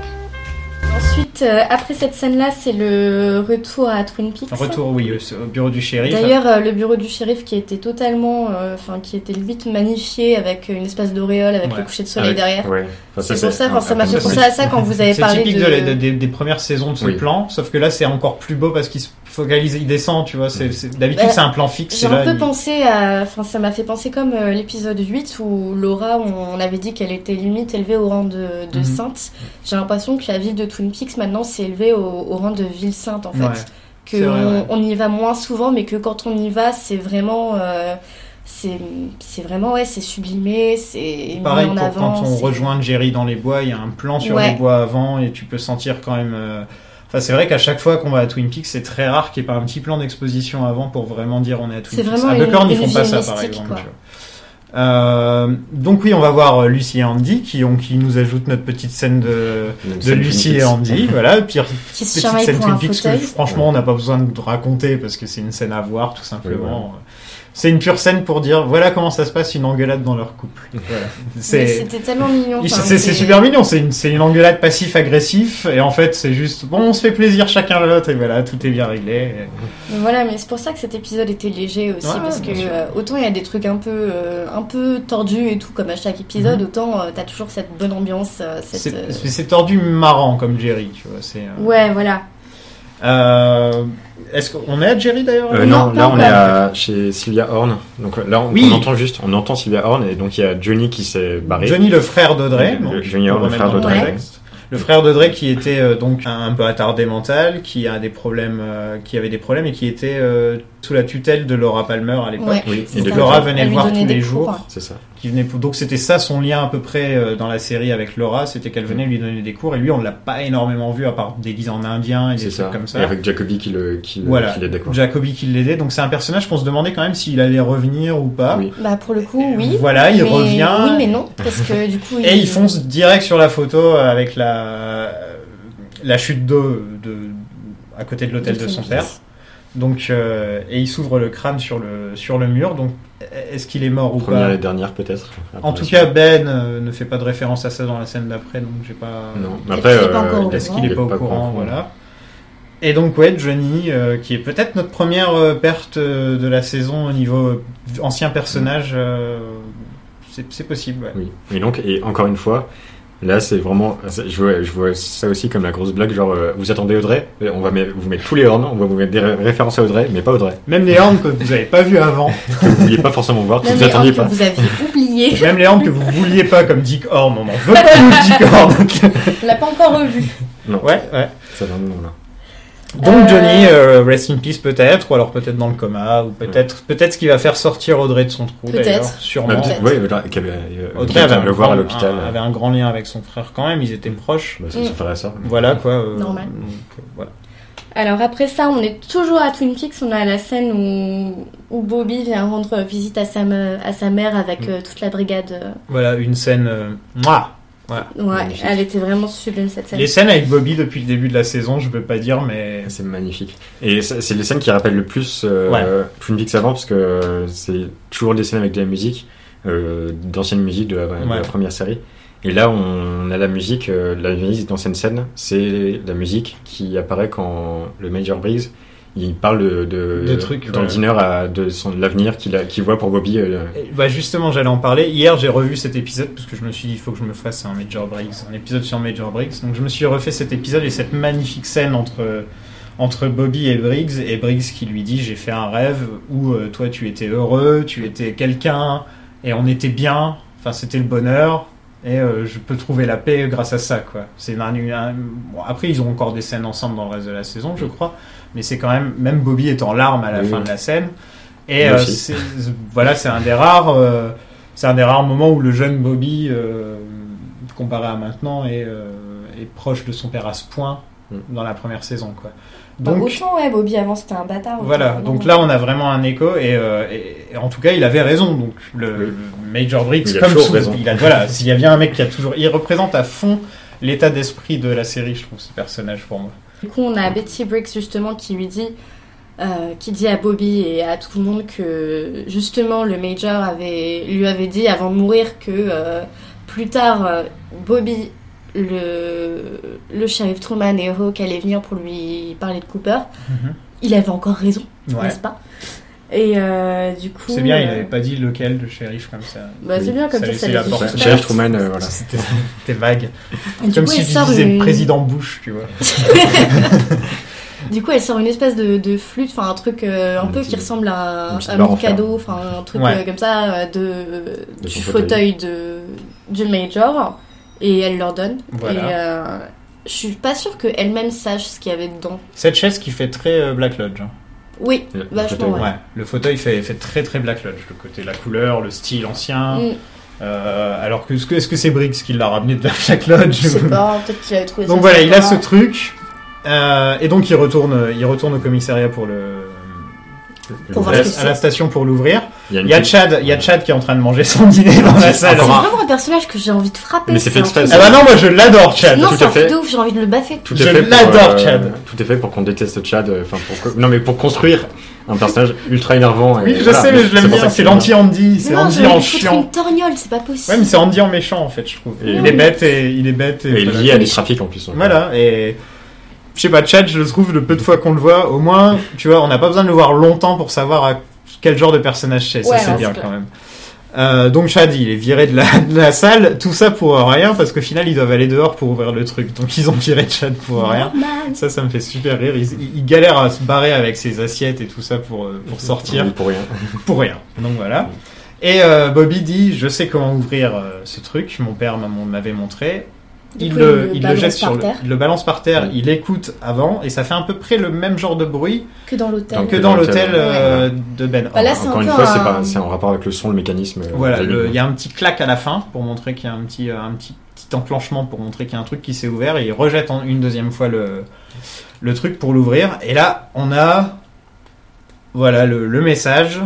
Ensuite, ensuite, euh, après cette scène-là, c'est le retour à Twin Peaks.
Retour, oui, euh, au- au bureau du shérif.
D'ailleurs, euh, le bureau du shérif qui était totalement, euh, enfin, qui était limite magnifié avec une espèce d'auréole avec
Ouais.
le coucher de soleil
Avec-
derrière.
Ouais. Enfin,
C'est pour ça,
un-
enfin, ça
un-
m'a fait
ça,
penser à ça quand vous avez
C'est
parlé
typique
de.
de la- de- des, des premières saisons de ce
Oui.
plan, sauf que là c'est encore plus beau parce qu'il se focalise, il descend, tu vois. c'est- c'est- D'habitude
Bah,
c'est un plan fixe.
J'ai
et là,
un peu
il-
pensé à. Enfin, ça m'a fait penser comme euh, l'épisode 8 où Laura, on avait dit qu'elle était limite élevée au rang de, de
Mhm.
sainte. J'ai l'impression que la ville de Twin Peaks maintenant s'est élevée au, au rang de ville sainte en fait.
Ouais.
que
C'est vrai,
on,
ouais.
on y va moins souvent, mais que quand on y va, c'est vraiment, euh, c'est c'est vraiment ouais, c'est sublimé, c'est
Pareil
mis en
pour
avant.
quand on
c'est-
rejoint Jerry dans les bois, il y a un plan sur
Ouais.
les bois avant et tu peux sentir quand même. euh, Enfin, c'est vrai qu'à chaque fois qu'on va à Twin Peaks, c'est très rare qu'il n'y ait pas un petit plan d'exposition avant pour vraiment dire on est à Twin
C'est
Peaks.
vraiment
à
une-
Buckhorn, ils
une
font pas
vie
ça par
mystique,
exemple.
quoi.
tu vois. Euh, donc oui, on va voir euh, Lucy et Andy qui, ont, qui nous ajoutent notre petite scène de,
Une
de
scène
Lucy
Twin
et
Peaks.
Euh,
Andy. voilà, puis
qui se
petite
chamaille
scène
pour un
Twin Peaks que
fauteuil.
franchement on n'a pas besoin de raconter parce que c'est une scène à voir tout
Oui, voilà.
simplement. C'est une pure scène pour dire voilà comment ça se passe une engueulade dans leur couple. Voilà.
Mais
C'est
C'était tellement mignon.
il-
enfin,
c'est- c'est super mignon, c'est une, c'est une engueulade passif-agressif et en fait c'est juste bon on se fait plaisir chacun l'autre et voilà tout est bien réglé.
Mais Voilà, mais c'est pour ça que cet épisode était léger aussi,
Ouais,
parce que
bien sûr.
euh, autant il y a des trucs un peu, euh, un peu tordus et tout comme à chaque épisode, autant euh, t'as toujours cette bonne ambiance, euh,
Mhm. C'est
cette. euh,
c'est- c'est tordu marrant comme Jerry tu vois. c'est, euh,
Ouais, voilà.
euh, Est-ce qu'on est à Jerry d'ailleurs
Euh,
Non,
non,
pas
là on
encore.
est à- chez Sylvia Horn. Donc là on,
Oui.
on entend juste, on entend Sylvia Horn et donc il y a Johnny qui s'est barré.
Johnny, le frère d'Audrey.
Le-
donc,
Johnny,
pour
le
remettre
frère
dans
d'Audrey.
contexte. Le frère d'Audrey qui était euh, donc un, un peu attardé mental, qui a des problèmes, euh, qui avait des problèmes et qui était euh, sous la tutelle de Laura Palmer à l'époque.
Ouais.
Oui,
C'est
et
Et
de
ça.
Laura
Laura.
venait
Elle
le
lui
voir
donnait
tous
des hein.
les
cours.
jours.
C'est ça.
Qui venait pour- Donc c'était ça son lien à peu près euh, dans la série avec Laura, c'était qu'elle venait lui donner des cours et lui on l'a pas énormément vu à part des guises en indien et des
C'est
trucs
ça.
comme
Et
ça.
avec Jacoby qui le qui, le-
Voilà.
qui l'aide d'accord.
Jacobi qui l'aidait, donc c'est un personnage qu'on se demandait quand même s'il allait revenir ou pas.
Oui.
Bah pour le coup, oui.
Voilà, il
mais-
revient.
Oui, mais non, parce que du coup.
Et
il-
ils foncent direct sur la photo euh, avec la, euh, la chute d'eau de, à côté de l'hôtel de son père. Donc, euh, et il s'ouvre le crâne sur le, sur le mur. Donc, est-ce qu'il est mort ou
Première et
pas
dernière peut-être.
En tout cas, Ben euh, ne fait pas de référence à ça dans la scène d'après, donc j'ai pas.
non. Mais après,
Et puis, il est pas
euh,
encore au
Est-ce
courant.
qu'il est pas au courant Voilà. Et donc, ouais, Johnny, euh, qui est peut-être notre première euh, perte euh, de la saison au niveau euh, ancien personnage, euh, c'est c'est possible. ouais.
Oui. Et donc, et encore une fois, là, c'est vraiment. Je vois, je vois ça aussi comme la grosse blague, genre, euh, vous attendez Audrey, on va mettre- vous mettre tous les horns, on va vous mettre des ré- références à Audrey, mais pas Audrey.
Même les horns que vous n'avez pas vu avant.
Que vous vouliez pas forcément voir, que
Non,
vous
mais
attendiez
alors que
pas.
vous aviez oublié.
Même les armes que vous vouliez pas, comme Dick Horn, on en veut plus Dick Horn. Donc,
On l'a pas encore revu.
Non,
ouais, ouais.
ça va, non, là.
Euh,
Donc Johnny, euh, rest in peace peut-être, ou alors peut-être dans le coma, ou peut-être peut-être ce qui va faire sortir Audrey de son trou.
Peut-être.
d'ailleurs,
Bah,
Sûrement.
peut-être- ouais, voilà, qu'il y avait, euh,
Audrey
quelqu'un
avait
le
un
voir à
grand-
l'hôpital.
un- avait un grand lien avec son frère quand même, ils étaient proches.
Bah, ça,
Mm.
ça ferait ça.
Voilà quoi. euh,
Normal.
donc, euh, voilà.
Alors après ça, on est toujours à Twin Peaks. On a la scène où, où Bobby vient rendre visite à sa, me- à sa mère avec
Mm.
euh, toute la brigade.
Voilà, une scène. euh,
euh,
mouah.
Ouais,
Magnifique.
elle était vraiment sublime cette scène.
Les scènes avec Bobby depuis le début de la saison, je veux pas dire, mais
C'est magnifique. Et ça, c'est les scènes qui rappellent le plus euh,
Ouais.
Twin Peaks avant, parce que euh, c'est toujours des scènes avec de la musique, euh, d'ancienne musique de la, de la
Ouais.
première série. Et là, on a la musique, euh, la musique dans cette scène, c'est la musique qui apparaît quand le Major Briggs il parle de, de,
De trucs,
dans
ouais.
le dîner à, de son de l'avenir qu'il a- qu'il voit pour Bobby. euh,
Et, Bah justement, j'allais en parler. Hier, j'ai revu cet épisode parce que je me suis dit, il faut que je me fasse un Major Briggs, un épisode sur Major Briggs. Donc je me suis refait cet épisode et cette magnifique scène entre entre Bobby et Briggs et Briggs qui lui dit, j'ai fait un rêve où euh, toi tu étais heureux, tu étais quelqu'un et on était bien. Enfin, c'était le bonheur. Et euh, je peux trouver la paix grâce à ça, quoi. C'est un, un- bon, après ils ont encore des scènes ensemble dans le reste de la saison, je crois. Mais c'est quand même même Bobby est en larmes à la
Oui.
fin de la scène. Et
Moi
euh,
aussi.
c'est- voilà, c'est un des rares, euh, c'est un des rares moments où le jeune Bobby, euh, comparé à maintenant, est, euh, est proche de son père à ce point
Mm.
dans la première saison, quoi.
Bah,
Donc
autant, ouais, Bobby avant c'était un bâtard. autant
voilà,
vraiment.
donc là on a vraiment un écho et, euh, et- et en tout cas il avait raison. Donc le,
Oui.
le Major Briggs,
Il a
comme
toujours
sous-
raison.
il a- voilà, s'il y a bien un mec qui a toujours, il représente à fond l'état d'esprit de la série, je trouve ce personnage pour moi.
Du coup, on a Betty Briggs justement qui lui dit, euh, qui dit à Bobby et à tout le monde que justement le Major avait, lui avait dit avant de mourir que euh, plus tard euh, Bobby le, le shérif Truman et Hawk allaient venir pour lui parler de Cooper, il avait encore raison,
Mhm. Ouais.
n'est-ce pas Et euh, du coup.
C'est bien, il
euh,
n'avait pas dit lequel de shérif comme ça.
bah, c'est bien comme ça,
Ça laissait
ça
la
laisse-
porte.
ça
Sheriff
laisse-
Truman, euh, voilà.
C'était c'était vague.
Et du
Comme
coup,
si
elle
tu
sort
disais
une-
président Bush, tu vois.
Du coup, elle sort une espèce de, de flûte, enfin un truc euh, un peu qui ressemble à,
Une petite
à
barre
mon
en fer.
cadeau, enfin un truc
Ouais.
euh, comme ça euh, de,
De
du
son
fauteuil, de, du major, et elle leur donne.
Voilà.
Et euh, je suis pas sûre qu'elle-même sache ce qu'il y avait dedans.
Cette chaise qui fait très euh, Black Lodge. hein.
Oui,
Le- le
vachement,
fauteuil.
ouais.
Ouais. Le fauteuil fait, fait très très Black Lodge. Le côté, la couleur, le style ancien.
Mm,
Euh, alors que, est-ce que- est-ce que c'est Briggs qui l'a ramené de Black Lodge
je sais pas, peut-être qu'il avait trouvé ça.
Donc voilà, il a ce
sympa.
truc. Euh, et donc il retourne, il retourne au commissariat pour le.
Pour
à
voir
la,
ce que c'est.
à la station pour l'ouvrir.
Il y a une
Il y a
petite-
Chad, il y a Chad qui est en train de manger son dîner dans la salle.
C'est
Encore
Ah
un.
vraiment un personnage que j'ai envie de frapper.
Mais c'est fait
un
exprès,
truc
ça.
bah non, moi je l'adore Chad.
Non,
tout
c'est
à
un truc
fait.
de ouf, j'ai envie de le baffer.
Tout est
Je
fait pour,
l'adore,
euh,
Chad.
Tout est fait pour qu'on déteste Chad. euh, Enfin, pour que- non, mais pour construire un personnage ultra énervant. et
Oui, je
voilà,
sais, mais je l'aime
pour ça
bien.
que
C'est
je l'aime
l'anti Andy,
Mais
c'est
non,
Andy
j'ai envie
en
de foutre
chiant.
une torgnole, c'est pas possible.
Ouais, mais c'est Andy en méchant en fait, je trouve.
Et-
il est bête et il est bête
bien.
et.
Et
voilà.
lié à des trafics en plus. donc,
Voilà et. Je sais pas, Chad, je le trouve, le peu de fois qu'on le voit, au moins, tu vois, on n'a pas besoin de le voir longtemps pour savoir à quel genre de personnage c'est.
Ouais,
ça, c'est
non,
bien
c'est
quand même. Euh, donc, Chad, il est viré de la, de la salle. Tout ça pour rien, parce qu'au final, ils doivent aller dehors pour ouvrir le truc. Donc, ils ont viré Chad pour rien.
Normal.
Ça, ça me fait super rire. Il, il- il galère à se barrer avec ses assiettes et tout ça pour, euh, pour sortir.
euh, Pour rien.
Bah,
Pour rien. Donc voilà. Et euh, Bobby dit Je sais comment ouvrir euh, ce truc. Mon père m'a- m'avait montré.
Du
Il
coup,
le, il le
balance
jette
par
sur le,
terre
il le balance par terre.
Oui.
Il écoute avant. Et ça fait à peu près le même genre de bruit
que dans l'hôtel.
Donc,
que
Que
dans
dans l'hôtel,
l'hôtel euh, de Ben.
Bah là,
Hur.
c'est
Encore
un
une
peu
fois,
un-
c'est pas- c'est en rapport avec le son, le mécanisme. euh,
Voilà,
de la
le-
lumière.
il y a un petit clac à la fin pour montrer qu'il y a un petit, euh, un petit, petit enclenchement pour montrer qu'il y a un truc qui s'est ouvert et il rejette en- une deuxième fois le, le truc pour l'ouvrir. Et là, on a voilà le, le message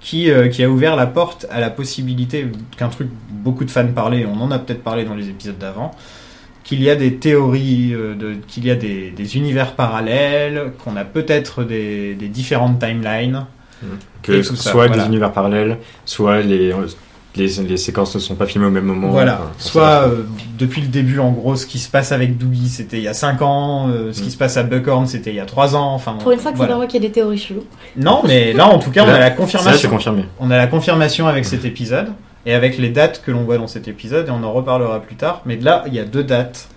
qui, euh, qui a ouvert la porte à la possibilité qu'un truc beaucoup de fans parlaient, on en a peut-être parlé dans les épisodes d'avant, qu'il y a des théories, euh, de- qu'il y a des, des univers parallèles, qu'on a peut-être des, des différentes timelines. et
que
tout ça,
soit
voilà.
des univers parallèles, soit les, euh, les, les séquences ne sont pas filmées au même moment.
Voilà,
Enfin,
soit euh, depuis le début en gros ce qui se passe avec Dougie c'était il y a 5 ans, euh, ce qui
Mm.
se passe à Buckhorn c'était il y a 3 ans, enfin
Pour une fois que c'est
voilà.
pas moi qui ai des théories cheloues.
Non mais là en tout cas on
Là,
a la
ça, ça, c'est
confirmation,
confirmé.
on a la confirmation avec cet épisode et avec les dates que l'on voit dans cet épisode et on en reparlera plus tard, mais là il y a deux dates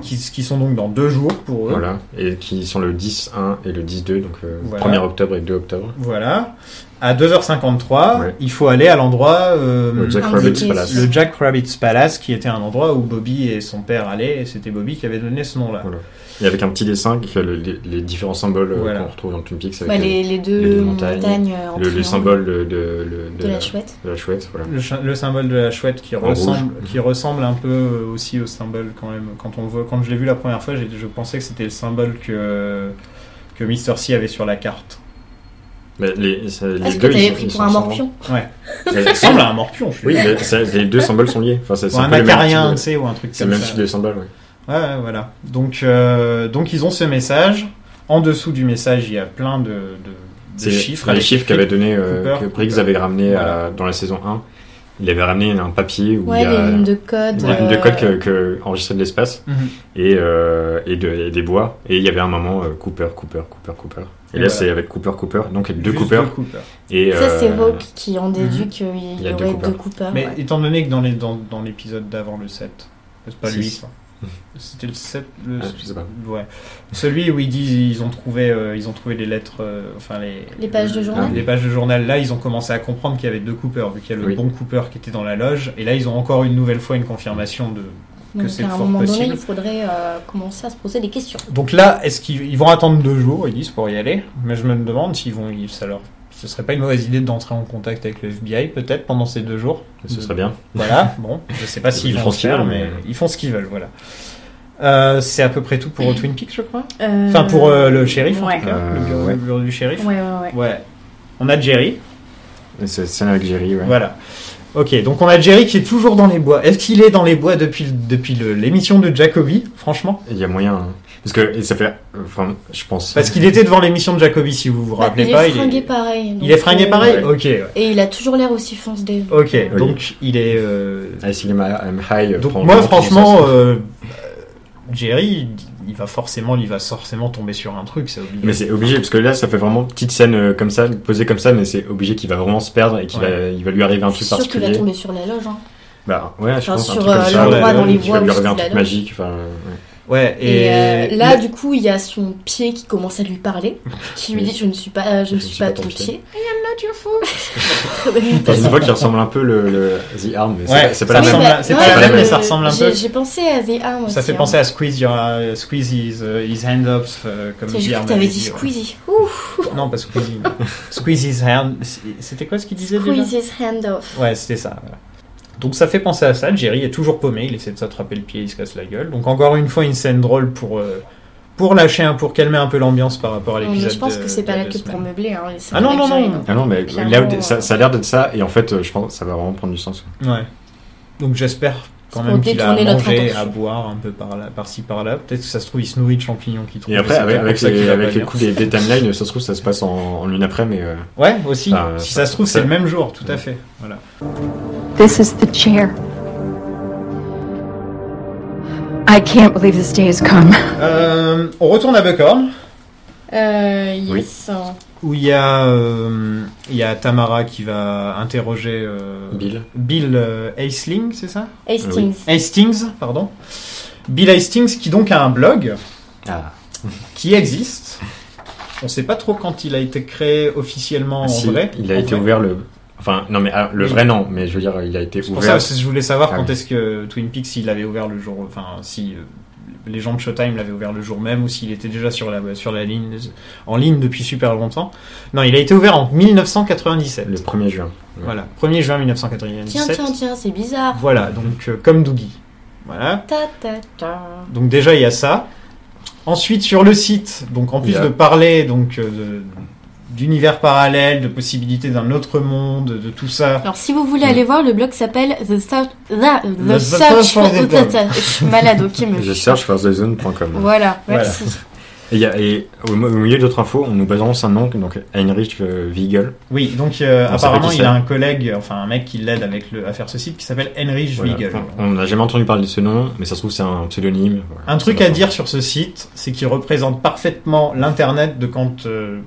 qui, qui sont donc dans deux jours pour eux.
Voilà, et qui sont le 10-1 et le 10-2, donc euh,
Voilà.
1er octobre et 2 octobre.
Voilà. À 2h53,
Ouais.
il faut aller à l'endroit euh,
Le Jack
Un
Rabbit's
petit-
Palace.
le Jack Rabbit's Palace qui était un endroit où Bobby et son père allaient et c'était Bobby qui avait donné ce nom là.
Voilà. Et avec un petit dessin qui fait le- les, les différents symboles euh,
Voilà.
qu'on retrouve dans Twin Peaks, avec
Bah,
euh,
les, les deux
les deux
montagnes,
montagnes,
euh, en
le, le
triangle
symbole de, de, le-
de la chouette.
de la chouette. Voilà.
Le, ch- le symbole de la chouette qui
En
ressemble,
rouge. Mmh.
qui ressemble un peu euh, aussi au symbole quand même. Quand on voit, quand je l'ai vu la première fois, j'ai- je pensais que c'était le symbole que que Mister C avait sur la carte.
Mais les, ça- les
Est-ce que
deux, ils
t'avais
sont-
pris
ils
pour
sont
un
ensemble.
morpion
Mais-
Ça ressemble à un morpion, je suis.
Oui, mais ça- les deux symboles sont liés. Enfin, c'est
Ou
c'est
un
peu le même
macarien,
type
tu
de-
sais, ou un truc
c'est
comme
le même
ça.
type de symbole. ouais.
Ouais, ouais, voilà. Donc, euh, donc ils ont ce message. En dessous du message, il y a plein de, de, de
C'est
chiffres.
les
avec
chiffres
écrit-
qu'avait donné euh,
Cooper,
que Briggs
Cooper.
avait ramené
Voilà.
à- dans la saison 1. Il avait ramené un papier où
Ouais,
il y a
les lignes de code.
des lignes de
euh,
code que, que enregistrées de l'espace
Mhm.
et, euh, et, de- et des bois. Et il y avait un moment euh, Cooper, Cooper, Cooper, Cooper. Et,
Et
là,
voilà.
c'est avec Cooper, Cooper. Donc il y a deux
Juste
Cooper.
deux Cooper.
Et,
Ça, c'est
euh,
Hawk qui en déduit
Mhm.
qu'il
Il
y
y a deux
aurait
Cooper.
deux Cooper.
Mais
Ah ouais.
étant donné que dans les dans, dans l'épisode d'avant le 7, c'est pas lui
Six.
ça. C'était le 7 le-
Ah, je sais pas.
Ouais. Celui où ils disent ils ont trouvé euh, ils ont trouvé les lettres euh, enfin les euh,
Les pages de journal.
Les pages de journal là, ils ont commencé à comprendre qu'il y avait deux Cooper vu qu'il y a le
Oui.
bon Cooper qui était dans la loge et là ils ont encore une nouvelle fois une confirmation de
Donc,
c'est
à un
fort
moment donné,
possible.
il faudrait euh, commencer à se poser des questions.
Donc là, est-ce qu'ils ils vont attendre deux jours ils disent pour y aller, mais je me demande s'ils vont ils- ça leur ce serait pas une mauvaise idée d'entrer en contact avec le FBI peut-être pendant ces deux jours.
Ce serait bien.
Voilà, bon, je sais pas s'ils
Ils
vont
font
le
ce qu'ils
faire,
veulent,
mais
mais-
ils font ce qu'ils veulent, voilà. Euh, c'est à peu près tout pour Twin Peaks, je crois.
Euh,
Enfin, pour euh, le shérif, en
Mm. ouais.
tout cas, le, bureau,
Euh, ouais.
le bureau du shérif.
Ouais, ouais, ouais.
Ouais. On a Jerry,
Et C'est scène avec Jerry, ouais.
voilà. Ok, donc on a Jerry qui est toujours dans les bois. Est-ce qu'il est dans les bois depuis, depuis le- l'émission de Jacoby, franchement
Il y a moyen. hein. Parce que et ça fait. euh, Enfin, je pense.
Parce qu'il était devant l'émission de Jacobi, si vous vous
Bah,
rappelez
il
pas.
est fringué pareil. donc,
il est fringué
euh,
pareil
Ouais.
Ok, ouais.
Et il a toujours l'air aussi foncedé.
Ok,
Oui.
donc il est. euh,
Ah, si, I'm high.
Donc
prends-
moi,
prends
franchement,
ça, ça.
euh, Jerry, il- il va forcément, il va forcément tomber sur un truc, c'est obligé.
Mais c'est obligé, parce que là, ça fait vraiment petite scène euh, comme ça, posée comme ça, mais c'est obligé qu'il va vraiment se perdre et qu'il
Ouais.
va, il va lui arriver un
Je suis
truc
sûr qu'il va
particulier.
tomber sur la loge. hein.
Bah ouais, je
Enfin,
pense un
sur,
truc comme
euh,
ça.
l'endroit
ouais,
dans
il
les
va
bois
lui arriver
où
un
il a
truc
la-
magique. Enfin, ouais.
Ouais,
Et,
et,
euh, là, du coup, il y a son pied qui commence à lui parler, qui lui
Oui.
dit Je ne suis pas, euh, je ne suis pas ton pied. I am not your fool.
Enfin, une voix qui ressemble un peu le, le The Arm, mais c'est
Ouais,
pas- c'est
ça
pas la
ressemble
même.
bah,
à- c'est pas
la même, mais
ça ressemble un
j'ai-
peu.
J'ai pensé à The Arm
ça
aussi,
fait
hein.
penser à Squeeze, your, euh, Squeeze his, euh, his hand ups, euh,
Tiens,
comme
J'ai cru
Guillaume
que t'avais
avait
dit
ouais.
Squeezie. Ouf,
Non, pas Squeezie. non. Squeeze his hand. C'était quoi ce qu'il disait déjà
Squeeze his hand off.
Ouais, c'était ça. voilà. Donc ça fait penser à ça. Jerry est toujours paumé. Il essaie de s'attraper le pied, il se casse la gueule. Donc encore une fois, une scène drôle pour euh, pour lâcher, un, pour calmer un peu l'ambiance par rapport à
Non, mais
l'épisode.
je pense
de-
que c'est
de
pas là
la
que pour
semaine.
meubler. hein, les
Ah non, non,
scènes
non.
avec
Ah non, mais
Clairement,
là, ça,
euh,
ça a l'air d'être ça, et en fait, euh, je pense que ça va vraiment prendre du sens.
Ouais. Donc j'espère quand
Pour
même qu'il a à
détourner notre
manger,
attention.
à boire un peu par là, par-ci, par-là. Peut-être que ça se trouve, il se nourrit de champignons qu'il trouve.
Et après,
c'est
avec,
peut-être
avec
pour ça qu'il
les,
va
avec
pas
les
bien.
coups des, des timelines, ça se trouve, ça se passe en, en une après, mais. euh,
Ouais, aussi.
Ah,
si
ça-
ça se trouve,
ça-
c'est le même jour, tout à fait. Voilà.
This is the chair. I can't believe this day has come.
Euh, on retourne à Buckhorn,
Euh, yes.
où il y, a, euh, il y a Tamara qui va interroger euh,
Bill.
Bill euh, Hastings, c'est ça
Hastings.
Hastings, pardon. Bill Hastings, qui donc a un blog
Ah.
qui existe. On ne sait pas trop quand il a été créé officiellement
Ah Si,
en vrai.
il a
En
été
vrai.
ouvert le. Enfin, non, mais ah, le
Oui.
vrai non, mais je veux dire, il a été
C'est pour ça
ouvert.
que je voulais savoir
Ah
quand
oui.
est-ce que Twin Peaks s'il avait ouvert le jour, enfin si euh, les gens de Showtime l'avaient ouvert le jour même ou s'il était déjà sur la sur la ligne en ligne depuis super longtemps. Non, il a été ouvert en 1997.
le 1er juin.
Voilà, 1er juin
Tiens,
1997.
tiens, tiens, c'est bizarre.
Voilà, donc euh, comme Doogie. Voilà.
Ta ta ta.
Donc déjà il y a ça. Ensuite sur le site, donc en plus
Il y a-
de parler donc euh, de- d'univers parallèle, de possibilités d'un autre monde, de tout ça.
Alors, si vous voulez aller voir, le blog s'appelle The Search, the, the
The
search
Search
for
for
the
the Dawn.
Dawn. Je suis malade, ok, mais.
Je cherche farzone.com.
Voilà,
Voilà.
merci.
Et, il y a- et au, au milieu d'autres infos, on nous balance un nom, donc Heinrich euh, Wiegel.
Oui, donc euh,
On sait pas
apparemment
qui
il
c'est.
a un collègue, enfin un mec qui l'aide avec le, à faire ce site qui s'appelle Heinrich
Voilà.
Wiegel.
On n'a jamais entendu parler de ce nom, mais ça se trouve, c'est un pseudonyme. Voilà.
Un truc
C'est
à
pas-
dire sur ce site, c'est qu'il représente parfaitement l'internet de quand, euh,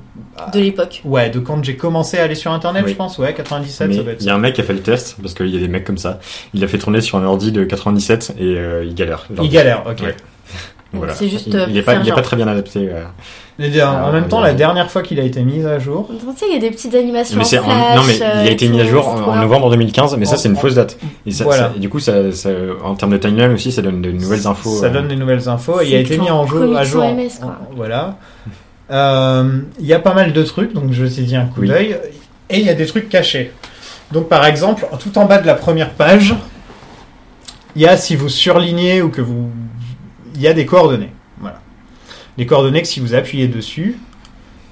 De l'époque.
ouais, de quand j'ai commencé à aller sur internet,
Oui.
je pense, ouais, 97,
Mais
ça doit être.
Il y
ça.
a un mec qui a fait le test, parce qu'il y a des mecs comme ça. Il a fait tourner sur un ordi de 97 et euh, il galère.
Il galère, ok.
Ouais.
Donc,
Voilà.
c'est juste,
Il-
euh,
Il n'est pas,
faire
il est
genre.
pas très bien adapté. euh.
Et en- en
Ah,
même temps,
bien.
la dernière fois qu'il a été mis à jour,
Tu sais, il y a des petites animations.
Mais c'est en-
en flash,
non mais il a
euh,
été mis à
tout,
jour
c'est
en,
trop
en
bien.
novembre 2015 mais ça
En-
c'est une
en-
fausse date et ça,
Oh. Voilà.
ça- et du coup ça, ça- en termes de timeline aussi ça donne de nouvelles infos
ça
euh.
donne des nouvelles infos et il
C'est
a été
quand
mis en jour, à
Comics
jour. en-
OMS, quoi.
en- voilà. Euh, Il y a pas mal de trucs, donc je t'ai dit un coup
Oui.
d'œil. Et il y a des trucs cachés. Donc par exemple, tout en bas de la première page, il y a si vous surlignez ou que vous, il y a des coordonnées. Voilà. Les coordonnées que si vous appuyez dessus,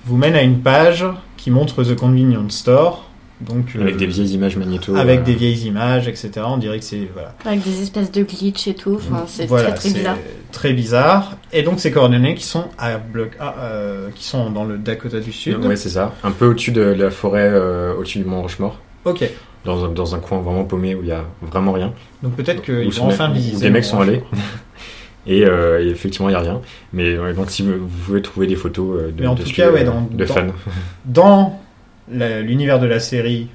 vous mènent à une page qui montre The Convenience Store. Donc euh,
avec des vieilles images magnéto
avec
euh.
des vieilles images, etc. On dirait que c'est voilà.
Avec des espèces de glitch et tout. Enfin, c'est
Voilà,
très très
c'est
bizarre.
très bizarre. Et donc ces coordonnées qui sont à bloc A, euh, qui sont dans le Dakota du Sud.
ouais c'est ça un peu au-dessus de la forêt euh, au-dessus du mont Rochemort
Ok.
dans un, dans un coin vraiment paumé où il y a vraiment rien
Donc peut-être
Où
qu'ils
sont
vont
les-
enfin
où
visiter.
les mecs sont
Orange.
allés. et, euh, et effectivement il y a rien mais ouais, donc si vous, vous pouvez trouver des photos euh, de,
Mais en
de
tout
ce
cas,
lieu,
ouais,
euh,
dans-
de
dans-
fans
Dans la- l'univers de la série,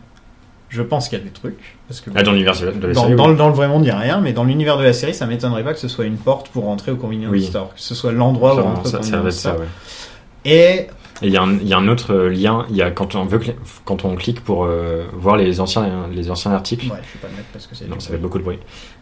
je pense qu'il y a des trucs parce que
Ah, dans l'univers de la- de la
dans,
série,
dans
oui.
le, dans le vrai monde, il n'y a rien, mais dans l'univers de la série, ça m'étonnerait pas que ce soit une porte pour rentrer au convenience
Oui.
store, que ce soit l'endroit où
Clairement,
rentrer
ça,
au
ça va
convenience
être ça
store.
ouais.
Et
Et il y, a un- il y a un autre euh, lien, il y a quand on veut cli- quand on clique pour euh, voir les anciens les anciens articles,
ouais, je vais pas le mettre parce que c'est
non,
du
ça fait beaucoup de bruit.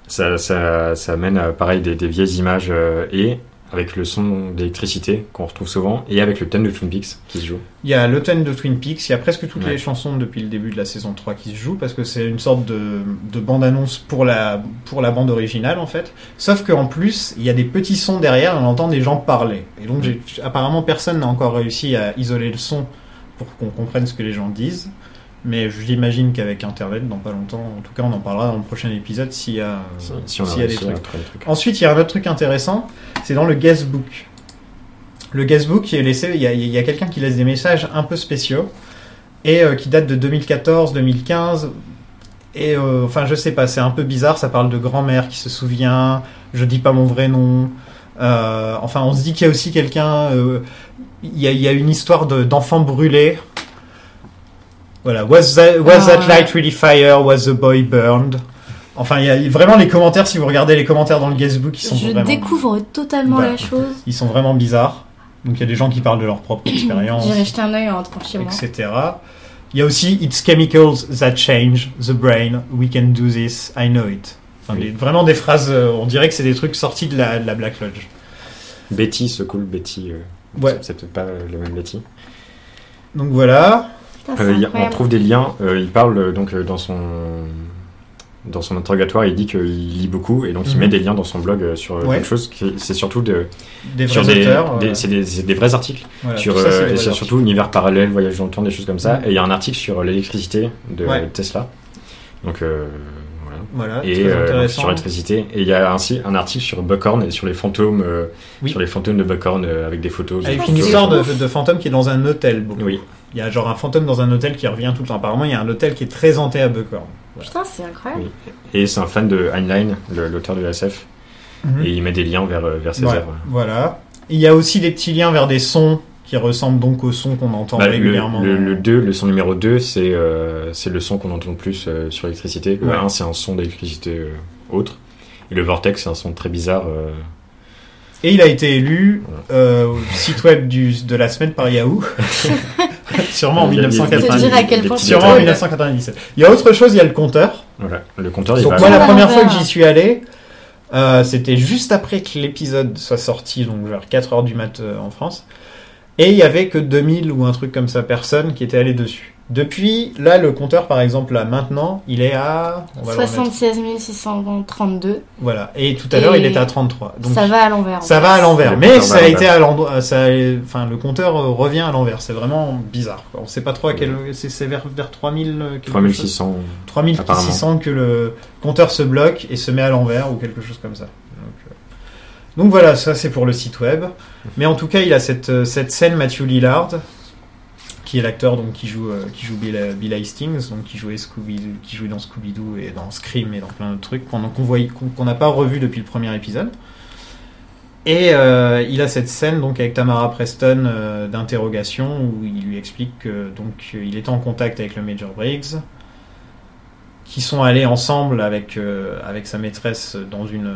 Ça ça ça mène à pareil des, des vieilles images euh, et avec le son d'électricité qu'on retrouve souvent et avec le thème de Twin Peaks qui se joue.
Il y a le thème de Twin Peaks, il y a presque toutes
Ouais.
les chansons depuis le début de la saison 3 qui se jouent, parce que c'est une sorte de, de bande-annonce pour la, pour la bande originale en fait. Sauf qu'en plus, il y a des petits sons derrière et on entend des gens parler. Et donc, j'ai- apparemment, personne n'a encore réussi à isoler le son pour qu'on comprenne ce que les gens disent. Mais j'imagine qu'avec Internet, dans pas longtemps, en tout cas, on en parlera dans le prochain épisode s'il y a, euh,
Si,
s'il
si on a
y a des
réussi à
trucs.
trouver le truc.
Ensuite, il y a un autre truc intéressant, c'est dans le guestbook. le guestbook qui est laissé, il y a, il y a quelqu'un qui laisse des messages un peu spéciaux et euh, qui datent de 2014, 2015. Et euh, enfin, je sais pas, c'est un peu bizarre. Ça parle de grand-mère qui se souvient. Je dis pas mon vrai nom. Euh, enfin, on se dit qu'il y a aussi quelqu'un. euh, Il y, a, il y a une histoire de- d'enfant brûlé. Voilà. Was that, was
Ah.
that light really fire? Was the boy burned? Enfin, il y a vraiment les commentaires. Si vous regardez les commentaires dans le guestbook, ils sont
Je
vraiment
découvre totalement
Bah.
la chose.
ils sont vraiment bizarres. Donc il y a des gens qui parlent de leur propre expérience,
J'irai jeter un œil en rentrant chez moi.
etc. Il y a aussi It's chemicals that change the brain. We can do this. I know it. Enfin,
Oui.
des- vraiment des phrases. euh, On dirait que c'est des trucs sortis de la, de la Black Lodge.
Betty, ce cool Betty. euh,
Ouais.
c'est- C'est peut-être pas euh, le même Betty.
Donc voilà.
Putain, Ah, c'est
Euh, il y a- on
incroyable.
trouve des liens. euh, il parle euh, donc euh, dans son dans son interrogatoire, il dit qu'il lit beaucoup et donc il
Mhm.
met des liens dans son blog euh, sur euh,
Ouais.
quelque chose. qui- C'est surtout de,
Des vrais
sur des,
auteurs.
des-
euh,
c'est des, c'est des vrais articles.
voilà,
sur,
tout ça, c'est
euh,
des
et
vrais
c'est surtout univers parallèle, voyage dans le temps, des choses comme ça.
Mhm.
Et il y a un article sur l'électricité de
Ouais.
Tesla. Donc euh, voilà.
articles. Voilà,
Et
très
euh,
intéressant.
sur l'électricité. Et il y a ainsi un article sur Buckhorn et sur les fantômes, euh,
Oui.
sur les fantômes de Buckhorn euh, avec des photos. des
Avec
Ah,
une
c'est
photos.
histoire de,
ouf.
de fantôme qui est dans un hôtel. beaucoup.
Oui.
Il y a genre un fantôme dans un hôtel qui revient tout le temps. Apparemment, il y a un hôtel qui est très hanté à Buckhorn.
Putain, c'est incroyable.
Oui. Et c'est un fan de Heinlein, le- l'auteur de SF. Et il met des liens vers, euh, vers ses
Hmm. Mhm. Ouais,
œuvres.
Voilà. Il y a aussi des petits liens vers des sons qui ressemblent donc aux sons qu'on entend
Bah, le,
régulièrement. euh,
le, le 2, le son numéro 2, c'est euh, c'est le son qu'on entend le plus euh, sur l'électricité. Le
Ouais.
1, c'est un son d'électricité euh, autre. Et le vortex, c'est un son très bizarre. euh,
Et il a été élu
Voilà.
euh, au site web du, de la semaine par Yahoo. Sûrement en
Euh, il y a des-
Te dire
1997.
à quel
des
point
petits
c'est
Sûrement en
détails.
drôle.
1997. Il y a autre chose, il y a le compteur.
Voilà. Le compteur, il
Donc
va.
moi, la
Ah,
première fois que
voilà.
j'y suis allé, euh, c'était juste après que l'épisode soit sorti, donc vers 4h du mat euh, en France. Et il y avait que 2000 ou un truc comme ça personnes qui étaient allées dessus. Depuis, là, le compteur, par exemple, là, maintenant, il est à... on va le remettre.
76 632.
Voilà. Et tout à l'heure,
Et
il était à 33. Donc,
ça va à l'envers. en
ça
fait.
va à l'envers.
Le
Mais
compteur va
ça
à
a
l'envers.
été à l'endroit, ça a- enfin, le compteur euh, revient à l'envers. C'est vraiment bizarre, quoi. On sait pas trop à quel, c'est, c'est vers, vers 3000, euh, quelque chose.
3600.
3600 que le compteur se bloque et se met à l'envers ou quelque chose comme ça. Donc, euh, donc voilà, ça c'est pour le site web. Mais en tout cas, il a cette, euh, cette scène Matthew Lillard, qui est l'acteur donc qui joue euh, qui joue Bill, euh, Bill Hastings, donc qui jouait Scooby, qui jouait dans Scooby Doo et dans Scream et dans plein d'autres trucs qu'on qu'on voyait- qu'on- qu'on n'a pas revu depuis le premier épisode. Et euh, il a cette scène donc avec Tamara Preston euh, d'interrogation où il lui explique que donc euh, il était en contact avec le Major Briggs, qui sont allés ensemble avec euh, avec sa maîtresse dans une euh,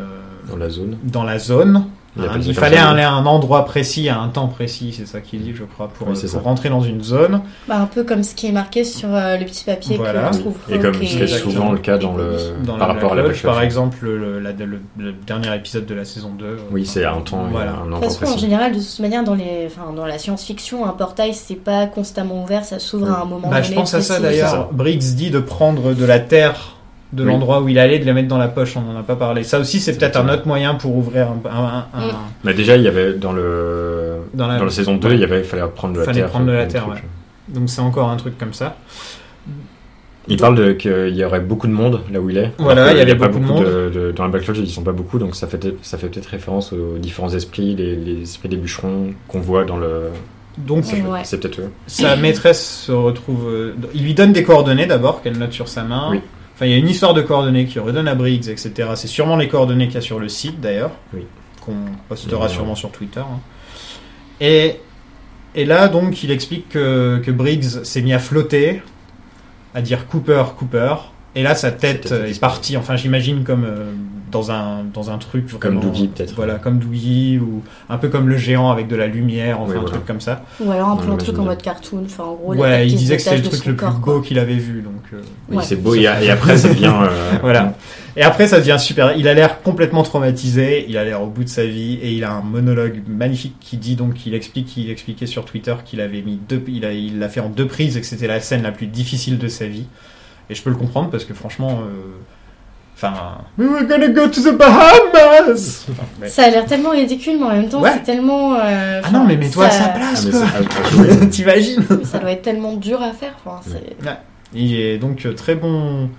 Dans la zone.
dans la zone.
Il appelle
Hein,
ça
il
comme
fallait
ça,
un,
oui.
un endroit précis à un temps précis, c'est ça qu'il dit, je crois, pour,
Oui,
euh,
c'est
pour
ça.
rentrer dans une zone.
Bah, un peu comme ce qui est marqué sur euh, le petit papier
Voilà.
que l'on trouve.
Et comme
Ok.
c'est souvent le cas dans le,
Dans
par
la
rapport à
Black
la
Lodge,
Black Lodge.
par exemple, le, la- le- le dernier épisode de la saison 2.
Oui,
enfin,
c'est un temps,
Voilà.
un
De
endroit
toute façon, en
précis.
général, de toute manière, dans, les, enfin, dans la science-fiction, un portail, c'est pas constamment ouvert, ça s'ouvre à un moment
Bah,
donné.
je pense à ça
précis.
C'est
d'ailleurs.
ça.
Briggs dit de prendre de la terre de
Oui.
l'endroit où il allait, de la mettre dans la poche, on n'en a pas parlé. Ça aussi, c'est peut-être un
Exactement.
autre moyen pour ouvrir un. un- un-
Mm.
Mais déjà, il y avait dans le
Dans
dans
la-
la, saison 2, il y avait, fallait prendre de la
Fallait
terre.
prendre de la
plein
terre,
trucs.
ouais. Donc c'est encore un truc comme ça.
Il parle de qu'il y aurait beaucoup de monde là où il est.
Voilà,
Alors que
il y avait
a pas
beaucoup de
de- de- dans la Black Lodge, ils sont pas beaucoup, donc ça fait, peut- ça fait peut-être référence aux différents esprits, les, les esprits des bûcherons qu'on voit dans le.
Donc
ça fait-
Ouais.
C'est peut-être eux.
sa maîtresse se retrouve. euh, il lui donne des coordonnées d'abord qu'elle note sur sa main.
Oui.
Enfin, il y a une histoire de coordonnées qui redonne à Briggs, etc. C'est sûrement les coordonnées qu'il y a sur le site d'ailleurs.
Oui.
Qu'on postera
Oui, oui.
sûrement sur Twitter. hein. Et, et là, donc, il explique que, que Briggs s'est mis à flotter, à dire Cooper, Cooper. Et là, sa tête
C'était-
euh, est partie. Enfin, j'imagine comme euh, dans, un, dans un truc. vraiment-
Dougie, peut-être.
Voilà, comme Dougie, ou un peu comme le géant avec de la lumière, enfin,
Oui,
un
voilà.
truc comme ça.
Ou alors un peu
On
un truc en
imagine.
mode cartoon, enfin en gros. Oh, la tête qui
Ouais, il
se
disait que c'était le
détache de
truc
son
le
corps,
plus
quoi.
beau qu'il avait vu. Donc, euh,
Oui,
Ouais.
c'est beau, et, a- et après, ça devient. euh,
Voilà. Et après, ça devient super. Il a l'air complètement traumatisé, il a l'air au bout de sa vie, et il a un monologue magnifique qui dit donc, qu'il explique, qu'il expliquait sur Twitter qu'il avait mis deux, il a- il l'a fait en deux prises et que c'était la scène la plus difficile de sa vie. Et je peux le comprendre parce que franchement, euh, enfin, we were gonna go to the Bahamas. Enfin, ouais.
Ça a l'air tellement ridicule, mais en même temps,
Ouais.
c'est tellement. euh,
Ah non, mais mets-toi à
ça-
sa
Ah,
place,
mais
quoi.
c'est- ah, ah,
T'imagines
Ça doit être tellement dur à faire. Enfin, c'est-
Il est donc euh, très bon,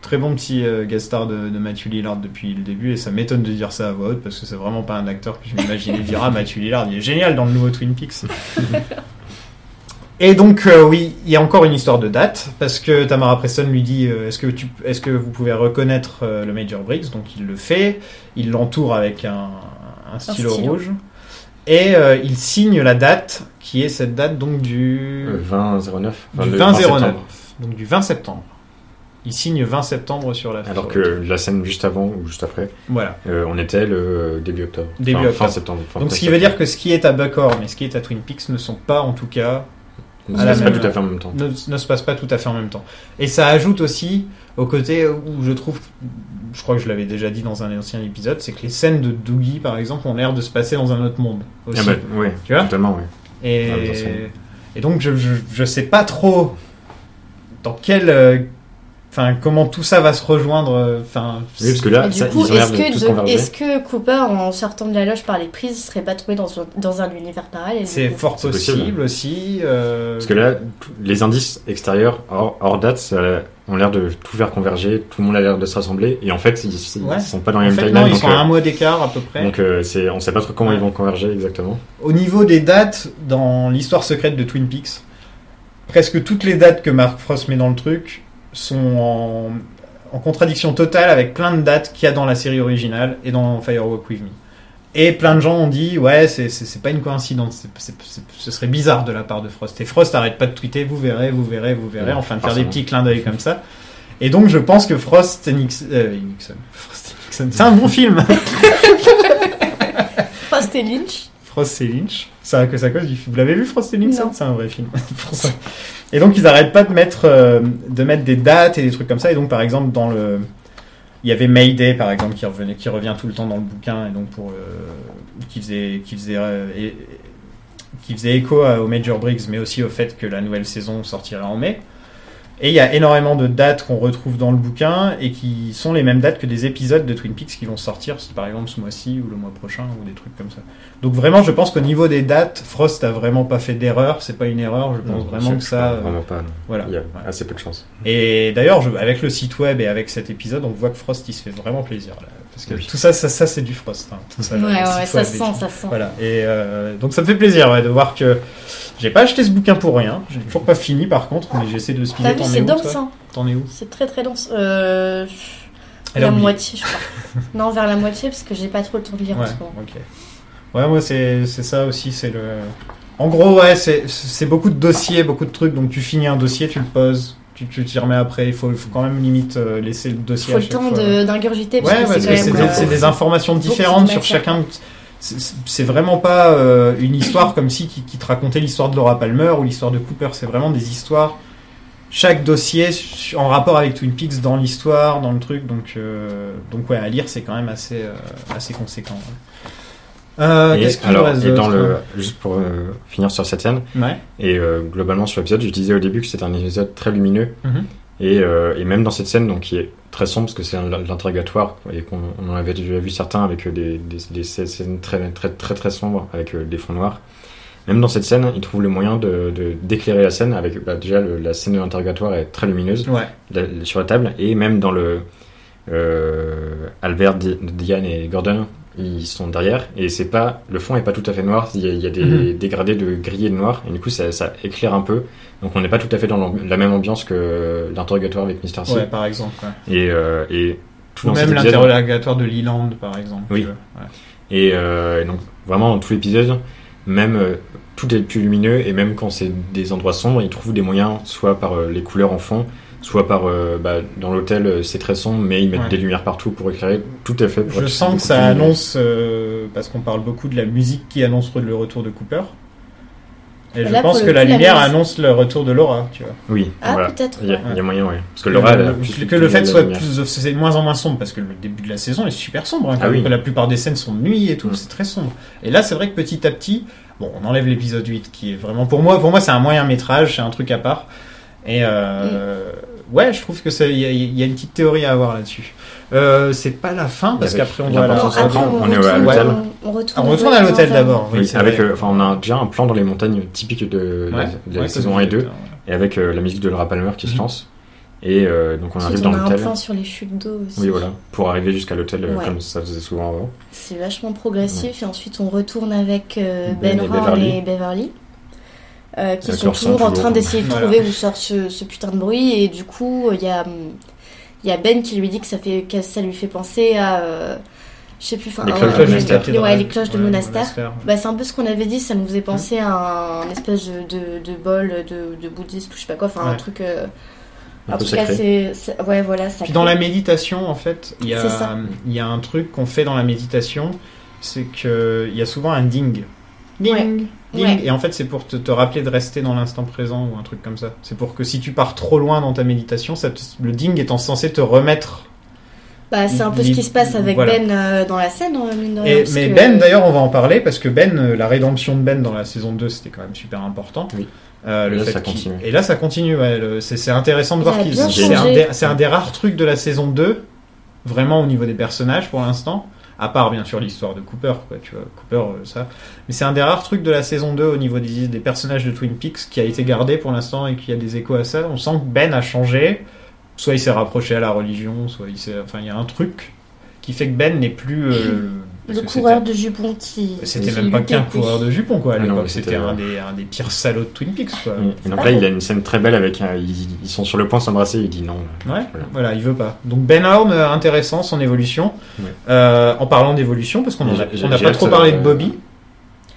Très bon petit euh, guest star de, de Matthew Lillard depuis le début, et ça m'étonne de dire ça à voix haute parce que c'est vraiment pas un acteur que je m'imaginais dire Ah, Matthew Lillard, il est génial dans le nouveau Twin Peaks. et donc, euh, oui, il y a encore une histoire de date parce que Tamara Preston lui dit euh, Est-ce que, tu- est-ce que vous pouvez reconnaître euh, le Major Briggs Donc il le fait, il l'entoure avec un, un stylo,
stylo.
rouge. Et euh, il signe la date, qui est cette date donc du...
Le 20-09. enfin,
Du
le
20
septembre.
Donc du 20 septembre. Il signe 20 septembre sur la
Alors
sur-
que la scène juste avant ou juste après,
Voilà.
euh, on était le euh, début octobre.
Début
Enfin, Fin
octobre.
septembre. Fin
Donc ce qui veut
septembre.
dire que ce qui est à Buckhorn et ce qui est à Twin Peaks ne sont pas en tout cas
On
à
se
la
passe pas
même- euh,
tout à fait en même temps.
ne, ne se passent pas tout à fait en même temps. Et ça ajoute aussi au côté où je trouve, je crois que je l'avais déjà dit dans un ancien épisode, c'est que les scènes de Doogie par exemple ont l'air de se passer dans un autre monde aussi.
Ah bah, ouais,
Tu vois
totalement, ouais.
Et,
Ah, bien sûr.
et donc, je, je, je sais pas trop dans quel. euh, Enfin, comment tout ça va se rejoindre. euh, Enfin,
Oui, parce que là,
Et du
ça,
coup,
ils ont l'air
est-ce
de
que,
tous
The-
converger.
est-ce que Cooper, en sortant de la loge par les prises, serait pas trouvé dans, son- dans un univers parallèle
c'est
du coup
fort
C'est
possible,
possible.
aussi. euh,
Parce que là, tout- les indices extérieurs, hors, hors date, ça- ont l'air de tout faire converger, tout le monde a l'air de se rassembler, et en fait, ils, ils
Ouais.
sont pas dans
en
la même
fait,
timeline.
non, ils
donc,
sont à un mois d'écart à peu
euh,
près.
donc euh, c'est- on sait pas trop comment
Ouais.
ils vont converger exactement.
Au niveau des dates, dans l'histoire secrète de Twin Peaks, presque toutes les dates que Mark Frost met dans le truc sont en, en contradiction totale avec plein de dates qu'il y a dans la série originale et dans Firewalk With Me. Et plein de gens ont dit, ouais, c'est- c'est c'est pas une coïncidence, c'est- c'est- c'est- ce serait bizarre de la part de Frost. Et Frost arrête pas de tweeter, vous verrez, vous verrez, vous verrez,
Ouais,
enfin de faire des
forcément.
petits clins d'œil comme ça. Et donc je pense que Frost et Nixon. euh, Nixon- Frost et Nixon, c'est un bon film!
Frost et Lynch
Frost et Lynch. Ça, que ça cause du Vous l'avez vu Frost et Lynch ça
Non.
C'est un vrai film. Pour ça. Et donc ils n'arrêtent pas de mettre, euh, de mettre des dates et des trucs comme ça. Et donc par exemple dans le, il y avait Mayday par exemple qui revenait, qui revient tout le temps dans le bouquin et donc pour euh, qui faisait, qui faisait, euh, et- et- qui faisait écho à- au Major Briggs, mais aussi au fait que la nouvelle saison sortirait en mai. Et il y a énormément de dates qu'on retrouve dans le bouquin et qui sont les mêmes dates que des épisodes de Twin Peaks qui vont sortir, par exemple ce mois-ci ou le mois prochain ou des trucs comme ça. Donc vraiment, je pense qu'au niveau des dates, Frost a vraiment pas fait d'erreur. C'est pas une erreur. Je
Non,
pense vraiment
je-
que
je-
ça. euh,
Vraiment pas, non.
voilà.
Il y a
Ouais.
assez peu de chance.
Et d'ailleurs, je- avec le site web et avec cet épisode, on voit que Frost il se fait vraiment plaisir. Là, parce que
Oui.
tout ça, ça, ça c'est du Frost. hein. Tout ça,
Ouais,
le
ouais,
site
ça
web
se
et
sent,
tout.
ça se sent.
Voilà. Et euh, donc ça me fait plaisir ouais, de voir que j'ai pas acheté ce bouquin pour rien. J'ai toujours pas fini par contre, mais j'essaie de le
T'as
speeder.
vu,
T'en
c'est
es où
dense,
toi
hein.
T'en es où
C'est très très dense. Euh,
Elle a
la
oublié.
moitié, je crois. non, vers la moitié, parce que j'ai pas trop le temps de lire
Ouais,
en ce moment.
ok. Ouais, moi, c'est c'est ça aussi, c'est le... En gros, ouais, c'est- c'est beaucoup de dossiers, beaucoup de trucs, donc tu finis un dossier, tu le poses, tu tu t'y remets après, il faut, faut quand même limite euh, laisser le dossier
Faut
à
le
chaque
temps
fois.
de- d'ingurgiter,
Ouais,
parce
parce
que
que
c'est
c'est
quand
des,
même.
c'est
euh,
des informations
beaucoup de
différentes sur
matière.
chacun. de- c'est- c'est- C'est vraiment pas euh, une histoire comme si qui, qui te racontait l'histoire de Laura Palmer ou l'histoire de Cooper. C'est vraiment des histoires. Chaque dossier su- en rapport avec Twin Peaks dans l'histoire, dans le truc. Donc, euh, donc ouais, à lire, c'est quand même assez, euh, assez conséquent. ouais. Euh,
et,
Qu'est-ce qu'il nous
alors,
reste
et dans
d'autre
le, juste pour euh, finir sur cette scène,
Ouais.
Et euh, globalement sur l'épisode, je disais au début que c'était un épisode très lumineux.
Mhm.
Et, euh, et même dans cette scène, donc, qui est très sombre, parce que c'est un- l'interrogatoire, et qu'on on en avait déjà vu certains avec euh, des, des, des scènes très très, très, très sombres, avec euh, des fonds noirs. Même dans cette scène, il trouve le moyen d'éclairer de, d'éclairer la scène, avec bah, déjà le- la scène de l'interrogatoire est très lumineuse
Ouais.
la- la- sur la table, et même dans le... euh, Albert, Di- Diane et Gordon, ils sont derrière, et c'est pas... Le fond est pas tout à fait noir, il y a, il y a des
Mhm.
dégradés de gris et de noir, et du coup ça, ça éclaire un peu, donc on n'est pas tout à fait dans l'ambi- la même ambiance que l'interrogatoire avec Mr. C.
ouais, par exemple. ouais.
Et, euh, et tout
Ou
dans cet
même
épisode-
l'interrogatoire de Leland, par exemple.
Oui.
euh, ouais.
Et, euh, et donc, vraiment, dans tout l'épisode, même euh, tout est plus lumineux, et même quand c'est des endroits sombres, ils trouvent des moyens, soit par euh, les couleurs en fond, soit par. euh, bah, dans l'hôtel, euh, c'est très sombre, mais ils mettent
Ouais.
des lumières partout pour éclairer. Tout à fait. pour
Je
être
sens
beaucoup
que ça
plus lumineux.
annonce, euh, parce qu'on parle beaucoup de la musique qui annonce le retour de Cooper. Et
Là,
je pense
pour
que
le coup,
la
la
lumière
musique-
annonce le retour de Laura, tu vois. Euh,
Oui,
Ah,
voilà.
peut-être.
Il y, a-
ouais.
il y a moyen, oui. Parce que Laura, elle a
Que le-
plus
que le
lumière
fait
de
soit
lumière.
plus, c'est de moins en moins sombre, parce que le début de la saison est super sombre. hein,
Ah oui.
que La plupart des scènes sont de nuit et tout,
Mm.
c'est très sombre. Et là, c'est vrai que petit à petit, bon, on enlève l'épisode 8 qui est vraiment pour moi, pour moi, c'est un moyen métrage, c'est un truc à part. Et euh,
Mm.
ouais, je trouve que ça, il y, a- il y a une petite théorie à avoir là-dessus. Euh, c'est pas la fin parce
Il y avait
qu'après on va à la-
Non,
l'importance
après,
on
on,
est à
retourne,
l'hôtel.
on, on retourne,
Ah, On retourne à
dans
l'hôtel
un-
d'abord.
Oui,
c'est
avec,
vrai.
euh, enfin, on a déjà un plan dans les montagnes typique de,
Ouais,
de la
ouais,
saison
comme
1 et
disait
2,
Victor, ouais.
et avec euh, la musique de Laura Palmer qui se
Mhm.
lance. Et euh, donc on
Ensuite,
arrive
on
dans
a un
l'hôtel.
plan sur les chutes d'eau aussi.
Oui, voilà. Pour arriver jusqu'à l'hôtel, euh,
Ouais.
comme ça faisait souvent avant.
C'est vachement progressif et ensuite on retourne avec euh,
Ben
Ben,
et
Horn
Beverly.
et Beverly. euh, qui
Avec
sont
leur son
toujours en
toujours.
train d'essayer de
Voilà.
trouver où sort ce, ce putain de bruit et du coup il y, a, hum, il y a Ben qui lui dit que ça, fait, que ça lui fait penser à euh, je sais plus enfin,
Les
à-
cloches de
à-
monastère.
ouais, les cloches de
Voilà,
monastère bah, c'est un peu ce qu'on avait dit, ça nous faisait penser à un, espèce de, de, de bol de, de bouddhiste ou je sais pas quoi, enfin un
Ouais.
truc, euh,
Un
un
peu
truc
sacré.
assez, c'est- ouais voilà ça.
Puis dans la méditation, en fait, il y,
C'est ça.
a, il y a un truc qu'on fait dans la méditation, c'est qu'il y a souvent un ding. Ding,
Ouais.
ding.
Ouais.
Et en fait, c'est pour te, te rappeler de rester dans l'instant présent ou un truc comme ça. C'est pour que si tu pars trop loin dans ta méditation, ça te- le ding étant censé te remettre.
Bah c'est un peu ce qui se passe avec
Voilà.
Ben euh, dans la scène, euh, mine de rien,
Et,
parce
mais
que-
Ben, d'ailleurs, on va en parler parce que Ben, euh, la rédemption de Ben dans la saison 2, c'était quand même super important.
Oui.
Euh, le
Et là,
fait
ça
qu'il-
continue.
Et là, ça continue. ouais, le- c'est c'est intéressant de
Il
voir
a
qu'ils
bien
C'est un,
changé.
des- c'est un des rares trucs de la saison 2, vraiment au niveau des personnages pour l'instant. À part bien sûr l'histoire de Cooper, quoi, tu vois, Cooper, euh, ça. Mais c'est un des rares trucs de la saison 2 au niveau des, des personnages de Twin Peaks qui a été gardé pour l'instant et qui a des échos à ça. On sent que Ben a changé. Soit il s'est rapproché à la religion, soit il s'est. Enfin, il y a un truc qui fait que Ben n'est plus. euh, parce
le
que
coureur
c'était-
de jupons qui.
C'était
qui
même pas
lui
qu'un
pétait.
coureur de jupons, quoi. À
Ah Non,
l'époque,
mais
c'était
c'était-
un des, un des pires salauds de Twin Peaks, quoi.
Mm. Et donc là, il a une scène très belle avec. un- ils, ils sont sur le point de s'embrasser. Il dit non.
Ouais,
Voilà.
voilà, il veut pas. Donc Ben Horn, euh, intéressant, son évolution.
Ouais.
Euh, en parlant d'évolution, parce qu'on en a-
J'ai-
on n'a
j'ai
pas
hâte,
trop parlé
euh,
de Bobby.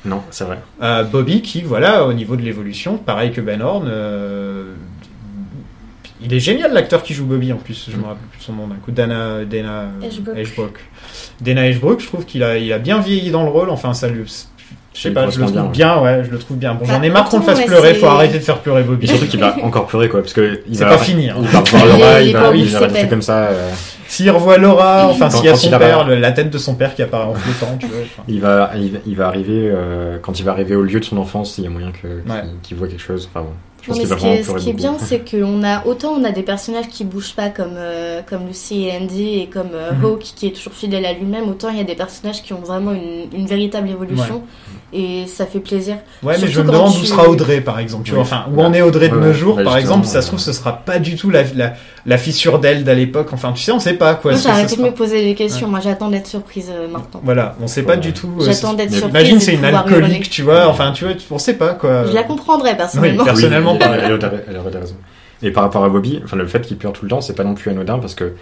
Non, c'est vrai.
Euh, Bobby qui, voilà, au niveau de l'évolution, pareil que Ben Horn, euh, il est génial l'acteur qui joue Bobby en plus, je me rappelle plus son nom d'un coup, Dana, Dana euh,
Ashbrook.
Ashbrook. Dana Ashbrook, je trouve qu'il a, il a bien vieilli dans le rôle, enfin ça lui... Je sais
Il
pas, je le
correspond
trouve bien,
bien,
ouais, je le trouve bien. Bon,
Bah,
j'en ai marre qu'on le
pourtant, ouais,
fasse pleurer,
c'est-
faut arrêter de faire pleurer
Et
Bobby.
surtout qu'il va encore pleurer quoi, parce que il
C'est
va.
pas fini. hein.
Il va revoir Laura,
Il est
il va,
pas
il
obligé,
va rester
Ben.
comme ça. euh,
S'il revoit Laura, enfin
Quand-
s'il y a
quand
son
il a-
père, le- la tête de son père qui apparaît en flottant, tu vois. enfin.
Il va, il va, il va arriver euh, quand il va arriver au lieu de son enfance, il y a moyen que qu'il
Ouais.
qu'il voit quelque chose. Enfin, bon, je pense
Non, mais
qu'il
ce
va
qui
vraiment
est, ce
pleurer
qui est
beaucoup.
bien, c'est qu'on a autant on a des personnages qui bougent pas comme euh, comme Lucy et Andy et comme euh,
Mhm.
Hawk qui est toujours fidèle à lui-même, autant il y a des personnages qui ont vraiment une, une véritable évolution et ça fait plaisir.
Ouais, mais
Surtout
je me
quand
demande
tu-
où sera Audrey, par exemple. Tu vois,
Oui.
enfin, où
Ouais.
en est Audrey de
Ouais,
nos
ouais.
jours,
Bah,
par
justement,
exemple, si ça se
ouais.
trouve, ce sera pas du tout la, la, la fissure d'elle d'à l'époque. Enfin, tu sais, on sait pas, quoi.
Moi
Est-ce que
j'ai
ça
arrêté de
sera-
me poser des questions, moi j'attends d'être surprise euh, maintenant.
Voilà, on sait pas
Ouais.
du tout. euh,
J'attends
c'est-
d'être
mais
surprise.
Imagine,
et
c'est
de
une
pouvoir hurler.
alcoolique, tu vois. Enfin, tu vois, on sait pas, quoi.
Je la comprendrais personnellement.
Oui, personnellement,
Oui,
pareil.
elle, elle aurait- elle aurait des raisons. Et par rapport à Bobby, enfin, le fait qu'il pleure tout le temps, c'est pas non plus anodin parce que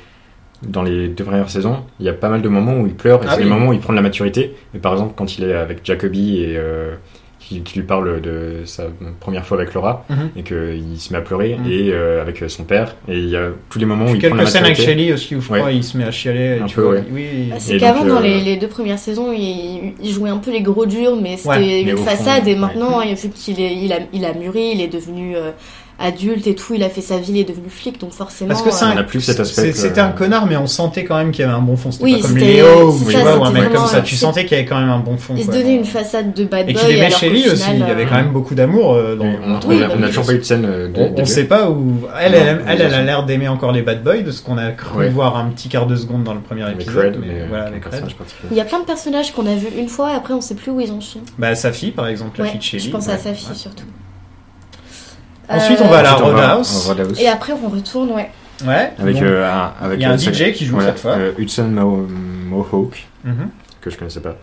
dans les deux premières saisons, il y a pas mal de moments où il pleure et
Ah
c'est
oui.
des moments où il prend de la maturité. Mais par exemple, quand il est avec Jacoby et euh, qui, qui lui parle de sa première fois avec Laura
Mhm.
et qu'il se met à pleurer
Mhm.
et euh, avec son père, et il y a tous les moments où il prend de la
Quelques scènes avec
maturité.
Shelly aussi où je crois
Ouais.
il se met à chialer. et
Un
tu
peu,
vois,
ouais.
Oui.
Ah,
Et
C'est
donc,
qu'avant, dans
euh,
les, les deux premières saisons, il, il jouait un peu les gros durs, mais c'était
Ouais,
mais
une
au fond,
façade.
ouais.
et maintenant, il- vu qu'il est- il a, il a mûri, il est devenu euh, adulte et tout, il a fait sa vie, il est devenu flic, donc forcément.
Parce que c'est
euh,
un-
On a plus cet aspect
c'est-
que-
C'était un connard, mais on sentait quand même qu'il y avait un bon fond. C'était
Oui,
pas comme
c'était-
Léo
c'est
ou, tu
ça,
vois, ou un
c'était
mec comme
vraiment-
ça. Tu
c'est-
sentais qu'il y avait quand même un bon fond.
Il se
quoi.
donnait une façade de bad
Et
boy.
qu'il aimait
alors qu'au
Shelly aussi.
final,
Il y avait
euh,
quand même beaucoup d'amour euh, dans.
Et on-
dans-
on a-
bah
on n'a
oui,
toujours
je-
pas eu de scène euh, de,
On,
des
on
deux.
sait pas où. Elle,
Non,
elle, elle, elle a
exactement.
l'air d'aimer encore les bad boys, de ce qu'on a cru
Ouais.
voir un petit quart de seconde dans le premier
avec
épisode.
Red,
mais
mais
voilà,
euh,
avec
un
Red.
personnage particulier.
Il y a plein de personnages qu'on a vus une fois et après, on sait plus où ils en sont.
Bah, sa fille, par exemple, la
Ouais,
fille de Shelly. bah,
je pense à
ouais.
sa fille
Ouais.
surtout.
Ensuite,
Euh,
on va à la
Ensuite, on va-
Roadhouse.
on va à Roadhouse.
Et après, on retourne, ouais.
Ouais.
Avec,
donc,
euh, un- avec
il y a un
euh, cette-
DJ qui joue
voilà,
cette fois.
euh, Hudson Mo- Mohawk,
mhm.
que je connaissais pas.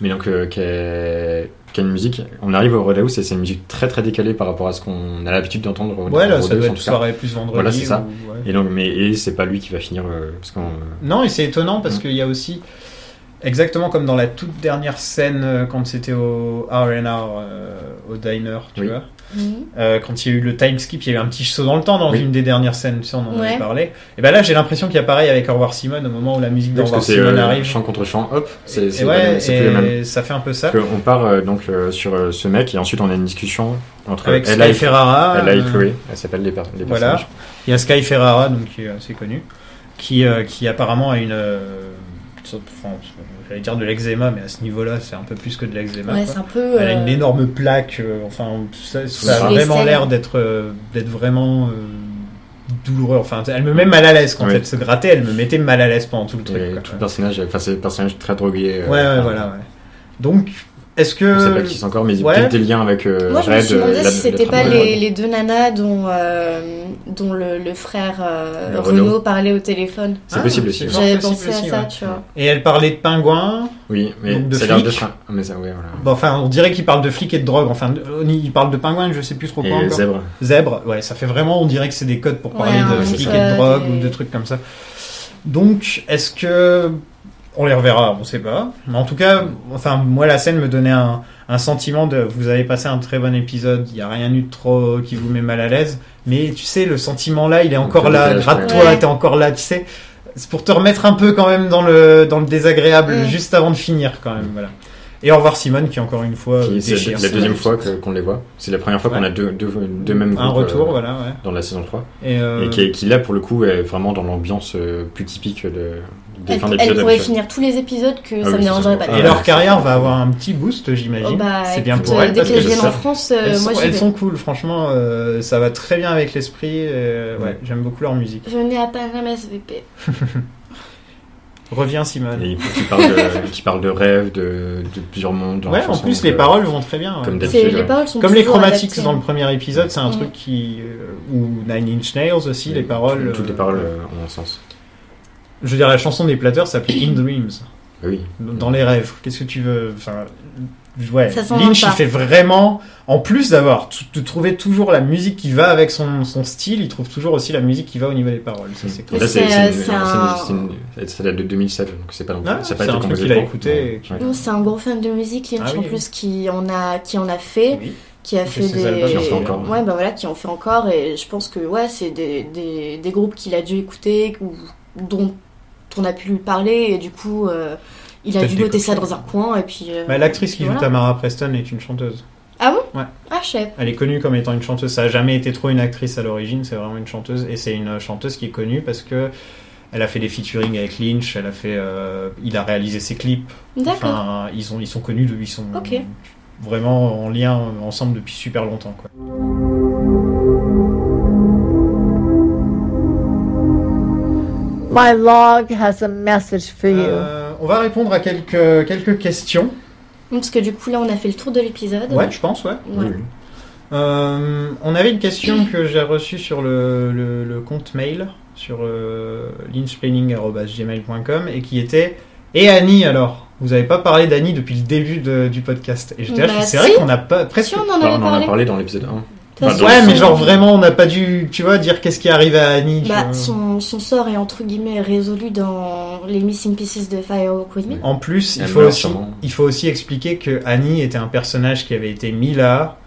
Mais donc, euh, qui, a, qui a une musique. On arrive au Roadhouse et c'est une musique très très décalée par rapport à ce qu'on a l'habitude d'entendre au
Ouais, là,
Roadhouse,
ça doit
en
être
tout cas.
soirée plus vendredi.
Voilà, c'est ça.
ou- ouais.
Et donc, mais et c'est pas lui qui va finir. euh, parce qu'on, euh,
Non, et c'est étonnant parce
Mm.
qu'il y a aussi, exactement comme dans la toute dernière scène euh, quand c'était au R&R, euh, au diner, tu
Oui.
vois,
Mhm.
euh, quand il y a eu le time skip, il y a eu un petit saut dans le temps dans
Oui.
une des dernières scènes, tu sais, on en
Ouais.
avait parlé. Et ben là, j'ai l'impression qu'il y a pareil avec Au revoir Simone au moment où la musique d'Au
parce que
revoir
c'est
Simone
euh,
arrive.
chant contre chant, hop, c'est
et
c'est pas
ouais,
les- c'est plus les mêmes.
et ça fait un peu ça.
Parce que on part euh, donc euh, sur euh, ce mec et ensuite on a une discussion entre
Avec
Ella
Sky
et,
Ferrara.
Ella et
euh,
Chloé. Elle s'appelle les, per- les
voilà.
personnages.
Il y a Sky Ferrara, donc qui est assez connu, qui, euh, qui apparemment a une. euh, sorte- enfin, J'allais dire de l'eczéma, mais à ce niveau-là, c'est un peu plus que de l'eczéma.
Ouais,
quoi.
c'est un peu.
Elle a une
euh,
énorme plaque, euh, enfin, ça, ça
Sous
a
les
vraiment
selles.
l'air d'être euh, d'être vraiment euh, douloureux. Enfin, elle me met mal à l'aise quand
Oui.
elle se grattait, elle me mettait mal à l'aise pendant tout le truc.
Et
quoi.
tout le personnage, enfin c'est le personnage très drogué. euh,
Ouais, ouais,
enfin,
voilà. ouais. Donc, Est-ce
Je sais pas
que.
qui c'est encore, mais il y a
Euh, Ouais.
peut-être des liens avec euh,
Moi, je me
Red,
suis
euh,
demandé
la-
si
le
c'était pas
travail.
les, les deux nanas dont, euh, dont le, le frère euh,
Le
Renaud.
Renaud.
parlait au téléphone.
C'est
Ah,
possible aussi.
c'est fort
J'avais
possible
pensé à
aussi,
ça,
ouais.
tu vois.
Et elle parlait de pingouins.
Oui, mais
Donc, de
ça a l'air de
flics.
Ah, mais ça, ouais, voilà.
Bon, enfin, on dirait qu'il parle de flics et de drogue. Enfin, de- on y- il parle de pingouins, je sais plus trop quoi
Et
encore. Euh,
Zèbre.
Zèbre, ouais, ça fait vraiment, on dirait que c'est des codes pour
Ouais,
parler
un
de flics et
code
de drogue
et-
ou de trucs comme ça. Donc, est-ce que on les reverra On sait pas. Mais en tout cas, enfin, moi, la scène me donnait un, un sentiment de vous avez passé un très bon épisode, il n'y a rien eu de trop qui vous met mal à l'aise. Mais tu sais, le sentiment là, il est encore
peu
là,
dégage,
gratte-toi,
ouais.
t'es encore là, tu sais. C'est pour te remettre un peu quand même dans le, dans le désagréable,
Mm.
juste avant de finir quand même, voilà. Et au revoir Simone qui encore une fois
Qui- C'est
déchire
la
son
deuxième
avis.
fois que- qu'on les voit. C'est la première fois qu'on
Ouais.
a deux, deux, deux mêmes
Un
groupes,
retour,
euh,
voilà, ouais.
dans la saison 3.
Et, euh,
Et qui, est- qui, là, pour le coup, est vraiment dans l'ambiance euh, plus typique de, des
Elle,
fins
elle
d'épisode.
pourrait
habituelles.
finir tous les épisodes que
Ah oui,
ça ne
c'est
dérangerait
ça.
pas.
Et
Ouais.
leur carrière va avoir un petit boost, j'imagine.
Oh, bah,
c'est bien
écoute,
pour
euh,
elles.
Dès
Parce
qu'elles
que
je
viennent en
sors.
France, euh,
elles sont,
moi j'y
elles
vais.
sont cool, franchement, euh, ça va très bien avec l'esprit. euh, ouais,
Ouais.
J'aime beaucoup leur musique.
Venez à Paname SVP.
Reviens Simone.
Et qui parle de, qui parle de rêve, de, de plusieurs mondes. dans la
Ouais, en
chanson,
plus
donc,
les
euh,
paroles hein. vont très bien. ouais.
comme
Comme,
d'habitude.
C'est- Les
ouais.
paroles sont
les
toujours
Chromatics
adaptées,
dans le
hein.
premier épisode, c'est un
Mm.
truc qui euh, ou Nine Inch Nails aussi, les paroles.
Toutes les
euh,
paroles euh, ont un sens.
Je veux dire, la chanson des Plateurs s'appelait In Dreams,
Bah oui.
dans les rêves. Qu'est-ce que tu veux Enfin, ouais.
Ça s'invente
Lynch, il
pas.
fait vraiment, en plus d'avoir t- de trouver toujours la musique qui va avec son, son style, il trouve toujours aussi la musique qui va au niveau des paroles. Ça, c'est
Et
clair.
là, c'est-
C'est,
c'est
euh,
une-
c'est un-
c'est une- c'est une- Ça date de 2007, donc c'est pas non plus.
Ah,
ça a pas été
c'est un truc
composé
qu'il a
pour-
écouté et
Ouais.
qui-
Ouais.
Non, c'est un gros fan de musique, Lynch
Ah oui,
en
oui.
plus, qui en a, qui en a fait,
Oui.
qui a
Qui
fait,
fait ses
des.
albums,
qui en fait encore.
Ouais, bah voilà, qui en fait encore, et je pense que ouais, c'est des, des, des groupes qu'il a dû écouter, ou dont on a pu lui parler, et du coup, euh, il a
Peut-être
dû
des
noter ça
copies.
dans un coin, et puis. euh,
Bah, L'actrice qui joue
voilà.
Tamara Preston est une chanteuse.
Ah, je sais.
Elle est connue comme étant une chanteuse. Ça n'a jamais été trop une actrice à l'origine, c'est vraiment une chanteuse. Et c'est une euh, chanteuse qui est connue parce que elle a fait des featuring avec Lynch, elle a fait, euh, il a réalisé ses clips.
D'accord.
Enfin, ils, ont, ils sont connus, de- ils sont
Ok.
vraiment en lien euh, ensemble depuis super longtemps. Quoi.
My log has a message for you.
Euh, on va répondre à quelques, quelques questions.
Parce que du coup, là, on a fait le tour de l'épisode.
Ouais, je pense, ouais.
Oui,
Ouais.
oui.
Euh, on avait une question que j'ai reçue sur le, le- le compte mail, sur euh, lynchplanning.gmail.com, et qui était Et Annie alors Vous n'avez pas parlé d'Annie depuis le début de- du podcast. Et j'étais là,
Bah,
je suis, c'est
si.
vrai qu'on n'a pas presque.
Si, on en
Bah,
avait
on en
parlé.
a parlé dans l'épisode 1.
De toute
Bah,
façon,
Ouais, mais
son-
genre vraiment, on n'a pas dû, tu vois, dire qu'est-ce qui est arrivé à Annie. tu
Bah,
vois.
son, son sort est entre guillemets résolu dans les Missing Pieces de Firewalk With Me.
En plus, il
Elle
faut,
meurt
aussi,
sûrement.
il faut aussi expliquer que Annie était un personnage qui avait été mis là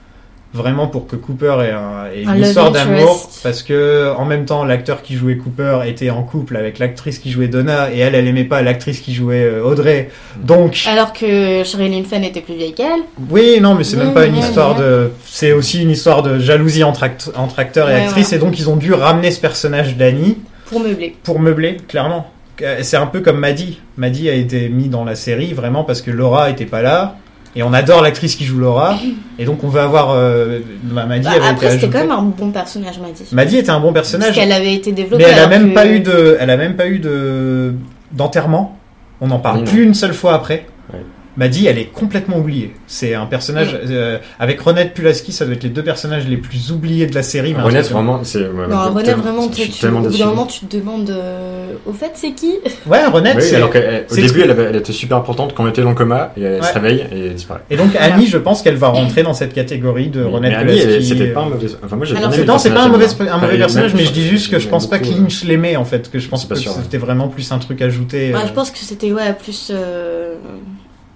vraiment pour que Cooper ait, un- ait
Un
une
love
histoire d'amour
interest.
parce que en même temps l'acteur qui jouait Cooper était en couple avec l'actrice qui jouait Donna et elle elle aimait pas l'actrice qui jouait euh, Audrey donc
Alors que Sheryl Linfen était plus vieille qu'elle.
oui non mais c'est même
Mmh,
pas une
mmh,
histoire
mmh.
de c'est aussi une histoire de jalousie entre, act- entre acteur et
Ouais,
actrice
ouais.
et donc ils ont dû ramener ce personnage d'Annie
Pour meubler.
pour meubler, clairement. Euh, C'est un peu comme Maddy. Maddy a été mis dans la série vraiment parce que Laura était pas là. Et on adore l'actrice qui joue Laura. Et donc on va avoir. euh, bah, Maddy
Bah,
avait été
après, c'était
ajoutée. Bah,
quand même un bon personnage, m'a dit.
Maddy était un bon
Parce
personnage.
qu'elle avait été
Mais
développée.
elle a
alors
même
que-
pas eu de. Elle a même pas eu de. d'enterrement. On n'en parle
Oui,
plus une seule fois après.
Ouais.
Maddy, elle est complètement oubliée. C'est un personnage. euh, avec Ronette Pulaski, ça doit être les deux personnages les plus oubliés de la série. mais un
Renaître,
truc-
vraiment, c'est. ouais,
Non,
ouais,
René,
tellement-
vraiment,
je
tu,
suis
tu-
tellement
au bout
déçu.
d'un moment, tu te demandes euh, au fait, c'est qui
Ouais, Ronette,
Oui,
c'est-
alors qu'au
c'est-
début, elle, avait- elle était super importante quand on était dans le coma, et elle
Ouais.
se réveille et elle disparaît.
Et donc Annie, je pense qu'elle va rentrer dans cette catégorie de
Mais-
Ronette
mais Annie, elle-
Pulaski.
c'était pas un mauvais. Enfin, moi, j'ai bien
Alors,
aimé
C'est-
le
non, c'est pas un
personnage,
mauvais,
j'aime bien.
un
Enfin,
mauvais
il-
personnage,
même-
mais je dis juste que je
j'aime
pense pas que
beaucoup,
Lynch l'aimait en fait, que je pense
C'est pas
que
sûr,
c'était vraiment plus un truc ajouté.
Bah,
euh,
Je pense que c'était ouais, plus, euh,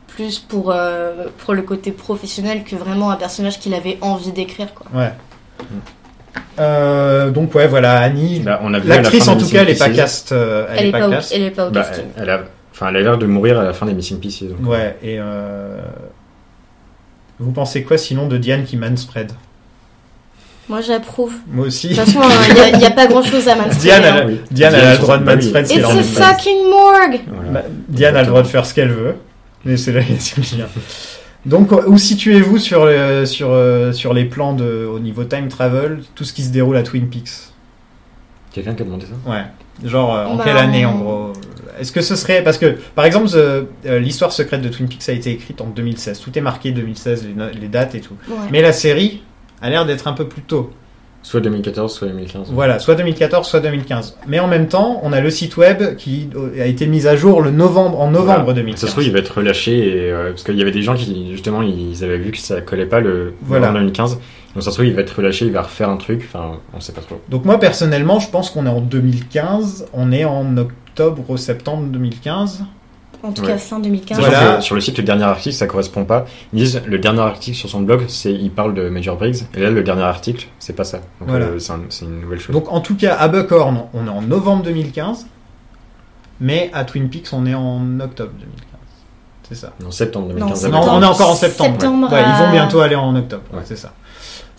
plus pour, euh, pour le côté professionnel que vraiment un personnage qu'il avait envie d'écrire. quoi.
Ouais. Euh, donc ouais, voilà Annie.
euh, Mm. bah, on a vu à la
L'actrice
fin
en
de
tout cas, elle est
Missing
pas
Pieces,
caste. euh, elle, est pas
au-
caste.
elle est pas au
bah,
casting.
elle a, enfin, elle a l'air de mourir à la fin des Missing Pieces. donc.
Ouais. Et euh, vous pensez quoi sinon de Diane qui manspread
Moi, j'approuve.
Moi
De
aussi.
toute façon, hein, il n'y a, pas grand chose à m'inspirer.
Diane, elle
hein.
a, Diane, elle a le droit de
Bah oui.
manspread. c'est
It's
leur
a
même base.
fucking morgue!
Voilà.
Bah, Diane a le droit de faire ce qu'elle veut, mais c'est la question qui vient. Donc, où situez-vous sur, euh, sur, euh, sur les plans de, au niveau time travel, tout ce qui se déroule à Twin Peaks
Quelqu'un qui a demandé ça
Ouais. Genre, euh, en
Bah,
quelle année
on-
en gros Est-ce que ce serait. Parce que, par exemple, the- euh, l'histoire secrète de Twin Peaks a été écrite en 2016. Tout est marqué 2016, les, no- les dates et tout.
Ouais.
Mais la série a l'air d'être un peu plus tôt.
Soit 2014, soit 2015.
Voilà, soit 2014, soit 2015. Mais en même temps, on a le site web qui euh, a été mis à jour le novembre, en novembre
Voilà.
2015.
Ça se trouve, il va être relâché et, euh, parce qu'il y avait des gens qui, justement, ils avaient vu que ça collait pas le
Voilà.
en 2015. Donc ça se trouve, il va être relâché, il va refaire un truc. Enfin, on sait pas trop.
Donc moi personnellement, je pense qu'on est en 2015, on est en octobre ou septembre 2015.
En tout
Ouais.
cas, fin 2015.
Sachant
Voilà.
que sur le site, le dernier article, ça correspond pas. Ils disent le dernier article sur son blog, c'est il parle de Major Briggs. Et là, le dernier article, c'est pas ça. Donc
Voilà.
euh, c'est un- c'est une nouvelle chose.
Donc en tout cas à Buckhorn, on est en novembre 2015, mais à Twin Peaks, on est en octobre 2015. C'est ça.
non, septembre
Non,
2015.
Non,
Septembre.
on est encore en septembre. ouais.
Septembre
Ouais, ils
à-
vont bientôt aller en octobre. ouais,
Ouais.
C'est ça.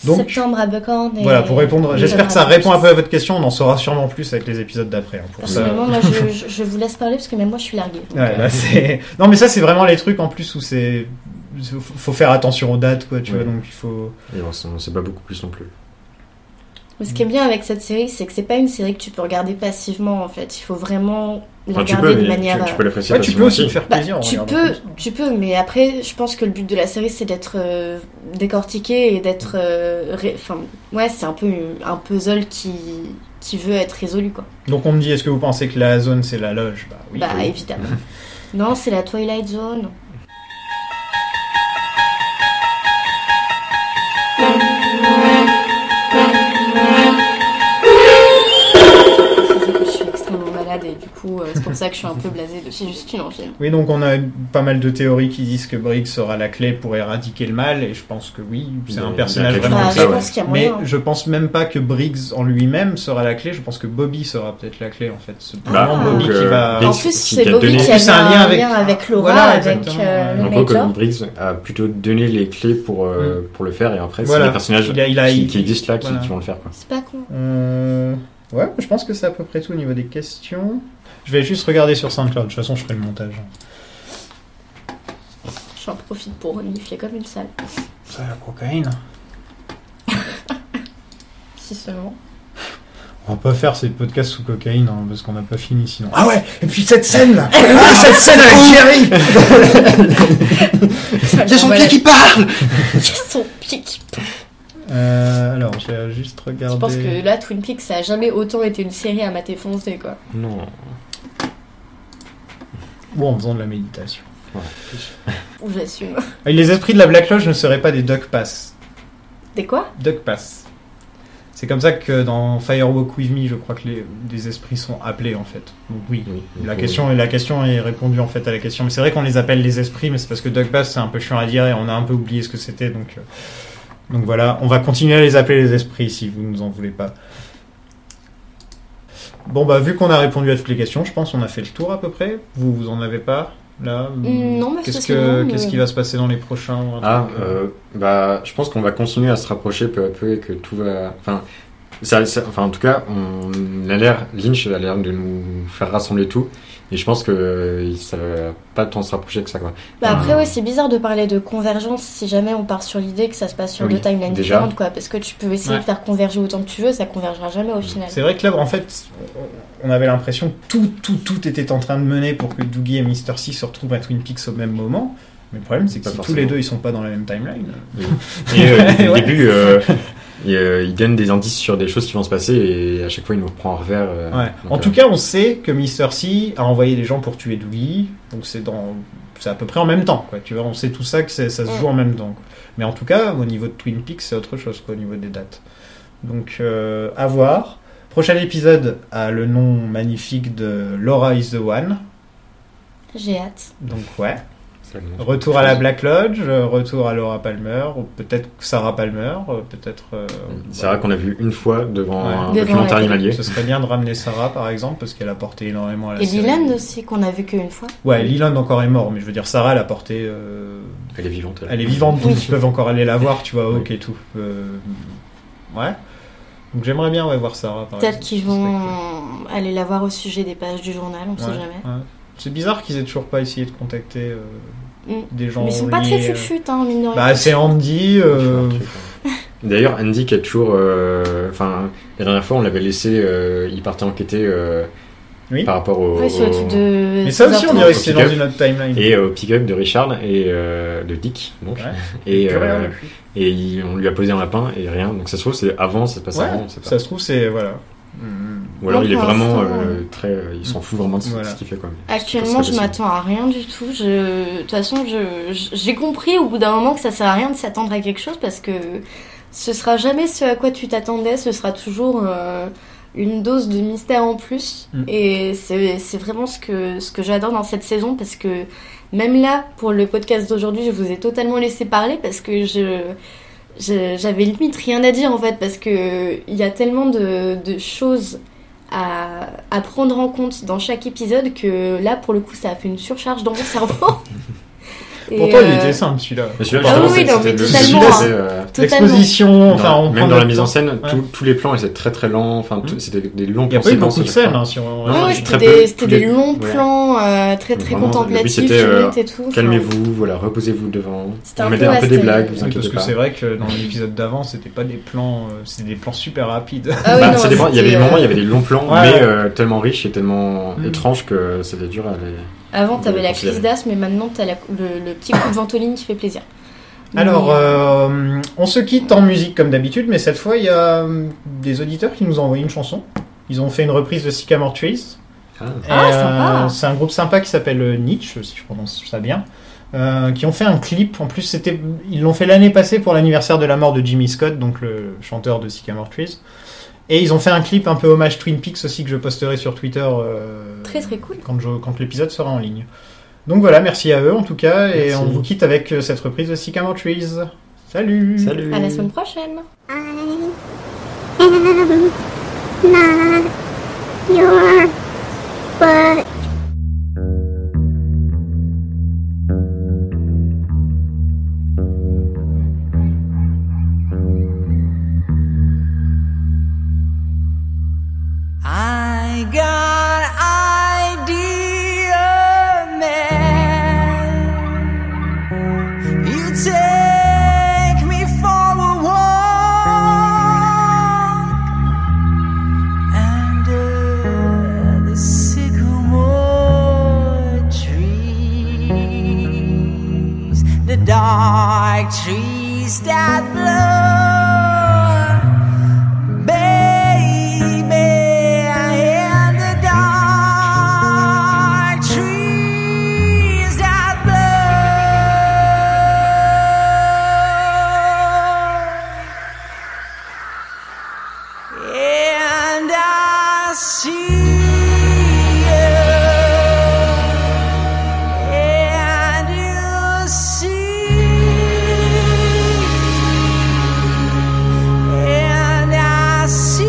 Donc-
Septembre à Buckhorn. Et...
Voilà, pour répondre,
et
j'espère que ça
Colorado
répond un
Springs.
peu à votre question. On en saura sûrement plus avec les épisodes d'après. hein, pour ça.
Personnellement, moi, je, je- je vous laisse parler parce que même moi, je suis larguée. Donc,
Ouais,
euh,
là, c'est- non, mais ça, c'est vraiment les trucs en plus où c'est. Faut faire attention aux dates, quoi, tu
Ouais.
vois. Donc, il faut.
Et on s- on sait pas beaucoup plus non plus.
mais ce qui est
Mm.
bien avec cette série, c'est que c'est pas une série que tu peux regarder passivement en fait. Il faut vraiment la
Enfin, tu
regarder
peux, mais
de
tu-
manière.
tu,
euh,
peux l'apprécier.
Ouais, Ah, tu peux
facilement
aussi te faire
Bah,
plaisir. en hein.
tu
regardant
peux,
comme ça.
tu peux, mais après, je pense que le but de la série, c'est d'être euh, décortiqué et d'être, euh, ré- enfin, ouais, c'est un peu une- un puzzle qui qui veut être résolu, quoi.
Donc, on me dit, est-ce que vous pensez que la zone, c'est la loge Bah oui.
bah
oui.
évidemment. non, c'est la Twilight Zone. Je suis extrêmement malade et du coup, euh, c'est pour ça que je suis un peu blasée de c'est juste une angine.
Oui, donc on a pas mal de théories qui disent que Briggs sera la clé pour éradiquer le mal, et je pense que oui,
Il y
c'est
a-
un
il y a
personnage
quelque
vraiment
chose
Bah,
clé.
je
ça,
pense qu'il y a
Mais
moyen.
je pense même pas que Briggs en lui-même sera la clé, je pense que Bobby sera peut-être la clé en fait. C'est
Bah,
vraiment Bobby
donc,
qui
euh,
va.
Briggs
En plus,
qui-
c'est
qui a
Bobby
donné-
qui
En
a
plus,
mis
un
un
lien
lien
avec-
avec, Laura,
Voilà,
avec
exactement,
euh,
ouais.
le
En gros,
Major.
que Briggs a plutôt donné les clés pour, euh, pour le faire, et après,
Voilà.
c'est les personnages
Il a- il a-
qui,
il-
qui existent là qui,
voilà.
qui vont le faire. Quoi.
C'est pas con.
On- Ouais, je pense que c'est à peu près tout au niveau des questions. Je vais juste regarder sur SoundCloud, de toute façon je ferai le montage.
J'en profite pour renifler comme une sale.
Ça, la cocaïne
Si seulement.
On va pas faire ces podcasts sous cocaïne hein, parce qu'on n'a pas fini sinon. Ah ouais Et puis cette scène là Ah cette scène avec Jerry
Il y a son pied qui parle Il y a son pied qui parle
euh, Alors j'ai juste regardé.
Je pense que là, Twin Peaks, ça a jamais autant été une série à mater foncé, quoi.
Non.
Ou en faisant de la méditation.
Ou j'assume.
Et les esprits de la Black Lodge ne seraient pas des Duck Pass.
Des quoi
Duck Pass. C'est comme ça que dans Firewalk With Me, je crois que les, des esprits sont appelés en fait. Donc oui. La question, la question est répondue en fait à la question. Mais c'est vrai qu'on les appelle les esprits, mais c'est parce que Duck Pass c'est un peu chiant à dire et on a un peu oublié ce que c'était. Donc, euh, donc voilà, on va continuer à les appeler les esprits si vous nous en voulez pas. Bon bah vu qu'on a répondu à toutes les questions, je pense on a fait le tour à peu près. Vous vous en avez pas là
Mm, non, mais
qu'est-ce
c'est
que
bon,
qu'est-ce
mais-
qui va se passer dans les prochains ou un
Ah,
truc, euh,
euh, bah, je pense qu'on va continuer à se rapprocher peu à peu et que tout va. Enfin, ça, ça- enfin en tout cas, on a l'air, Lynch a l'air de nous faire rassembler tout, et je pense que euh, ça va pas tant se rapprocher que ça. Quoi.
Bah après,
Ah.
ouais, c'est bizarre de parler de convergence si jamais on part sur l'idée que ça se passe sur
Oui,
deux timelines
déjà.
différentes, quoi. Parce que tu peux essayer
Ouais.
de faire converger autant que tu veux, ça convergera jamais au final.
C'est vrai que là, en fait, on avait l'impression que tout, tout, tout était en train de mener pour que Doogie et Mister C se retrouvent à Twin Peaks au même moment. Mais le problème, c'est que
Pas
si tous
forcément.
les deux ils sont pas dans la même timeline.
Et euh, dès le
Ouais.
début, euh, il, euh, il donne des indices sur des choses qui vont se passer, et à chaque fois, il nous reprend en revers. euh,
Ouais.
donc,
En
euh,
tout cas, on sait que Mister C a envoyé des gens pour tuer Doogie. Donc c'est dans, c'est à peu près en même temps, quoi. Tu vois, on sait tout ça que c'est- ça se joue en même temps. quoi. Mais en tout cas, au niveau de Twin Peaks, c'est autre chose, quoi, au niveau des dates. Donc euh, à voir. Prochain épisode a le nom magnifique de Laura is the One.
J'ai hâte.
Donc ouais.
ça commence.
Retour à la Black Lodge, euh, retour à Laura Palmer, ou peut-être Sarah Palmer, euh, peut-être. euh,
C'est vrai qu'on a vu une fois devant
Ouais.
un
Devant
documentaire
la télé.
animalier.
Ce serait bien de ramener Sarah par exemple, parce qu'elle a porté énormément à la
Et
série.
Leland aussi, qu'on a vu qu'une fois.
Ouais, Leland encore est mort, mais je veux dire, Sarah, elle a porté. euh,
Elle est vivante.
Elle est vivante, donc ils peuvent encore aller la voir, tu vois,
Oui.
ok et tout. Euh, Ouais. Donc j'aimerais bien ouais, voir Sarah par
Peut-être
exemple,
qu'ils
ce serait
vont aller la voir au sujet des pages du journal, on
cool.
sait
Ouais,
jamais.
ouais. C'est bizarre qu'ils aient toujours pas essayé de contacter euh,
Mm.
des gens.
Mais ils sont pas
liés,
très
euh.
fut-fut, hein, mine de rien.
Bah, c'est Andy. euh,
D'ailleurs, Andy qui est toujours. euh, Enfin, la dernière fois, on l'avait laissé. euh, il partait enquêter euh,
Oui.
par rapport au.
Ouais, sur
au-
les trucs de.
Mais ça aussi, on dirait que c'est dans
Pick-up.
une autre timeline.
Et au pick-up de Richard et euh, de Dick, donc.
Ouais.
Et,
Que rien
euh,
depuis.
et il- on lui a posé un lapin et rien. Donc ça se trouve, c'est avant, ça se passe
Ouais,
avant, on sait pas.
ça se trouve, c'est. Voilà. Mm.
Ou alors
Donc,
il est
pour
vraiment
l'instant,
euh, très. euh, il s'en fout vraiment de ce-
Voilà.
ce qu'il fait, quoi. Mais
Actuellement,
c'est
je
possible.
m'attends à rien du tout. Je... De toute façon, je... je- j'ai compris au bout d'un moment que ça sert à rien de s'attendre à quelque chose parce que ce sera jamais ce à quoi tu t'attendais. Ce sera toujours euh, une dose de mystère en plus.
Mm.
Et c'est c'est vraiment ce que, ce que j'adore dans cette saison parce que même là, pour le podcast d'aujourd'hui, je vous ai totalement laissé parler parce que je. je- J'avais limite rien à dire en fait parce que il y a tellement de, de choses à, à prendre en compte dans chaque épisode que là, pour le coup, ça a fait une surcharge dans mon cerveau. Et,
Pourtant, il
euh,
était simple celui-là.
Mais celui-là,
Ah
justement,
oui,
c'est-
non, mais
c'était le-
totalement,
celui-là,
hein.
c'est, euh,
totalement.
L'exposition, enfin,
dans-
on
même
prend
dans la
notre
mise en
temps.
scène,
Ouais.
tous- tous les plans étaient très très lents. Enfin, tout-
Mm.
c'était des- des longs
Il n'y
plans.
a pas eu
séquences
beaucoup de
à chaque
scènes,
fois.
hein, si on.
Non,
Ouais,
mais
ouais,
c'est
c'était
très peu-
des, c'était
tous
des
les-
longs
ouais.
plans euh, très très
Vraiment, le but,
contemplatifs,
c'était, euh,
limites et tout.
hein.
enfin.
Calmez-vous, voilà, reposez-vous devant.
C'était un
mettez
peu
un peu des
vaste,
blagues,
euh,
vous
Oui, parce
inquiétez
que
pas.
c'est vrai que dans l'épisode d'avant, c'était pas des plans, euh, c'était des plans super rapides.
Ah oui,
Bah,
non,
ça dépend, Il y avait des
c'était,
moments, il y
euh,
avait des longs plans,
Ouais,
mais
ouais.
euh, tellement riches et tellement
Mm.
étranges que c'était dur à les.
Avant, t'avais la
considérer.
crise d'asthme, mais maintenant, t'as la- le, le petit coup de ventoline qui fait plaisir.
Alors,
Mais,
euh, on se quitte en musique comme d'habitude, mais cette fois, il y a euh, des auditeurs qui nous ont envoyé une chanson. Ils ont fait une reprise de Sycamore Trees.
Ah.
Ah,
Et,
sympa.
euh, C'est un groupe sympa qui s'appelle euh, Nietzsche, si je prononce ça bien, euh, qui ont fait un clip. En plus, c'était, ils l'ont fait l'année passée pour l'anniversaire de la mort de Jimmy Scott, donc le chanteur de Sycamore Trees. Et ils ont fait un clip un peu hommage Twin Peaks aussi que je posterai sur Twitter euh,
Très, très cool.
quand, je- quand l'épisode sera en ligne. Donc voilà, merci à eux en tout cas, et
Merci.
on vous quitte avec euh, cette reprise de Sycamore Trees. Salut
Salut.
À la semaine prochaine.
I am not your butt.
I got idea, man. You take me for a walk under the sycamore trees, the dark trees that blow. Baby, in the dark trees that blow, and I see you. And you see, and I see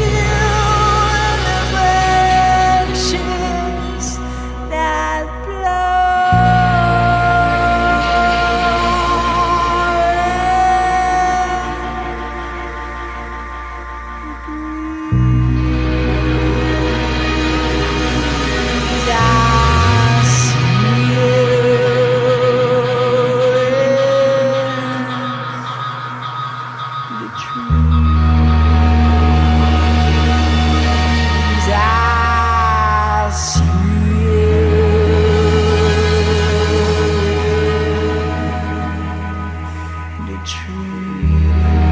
you in the branches that blow. The tree.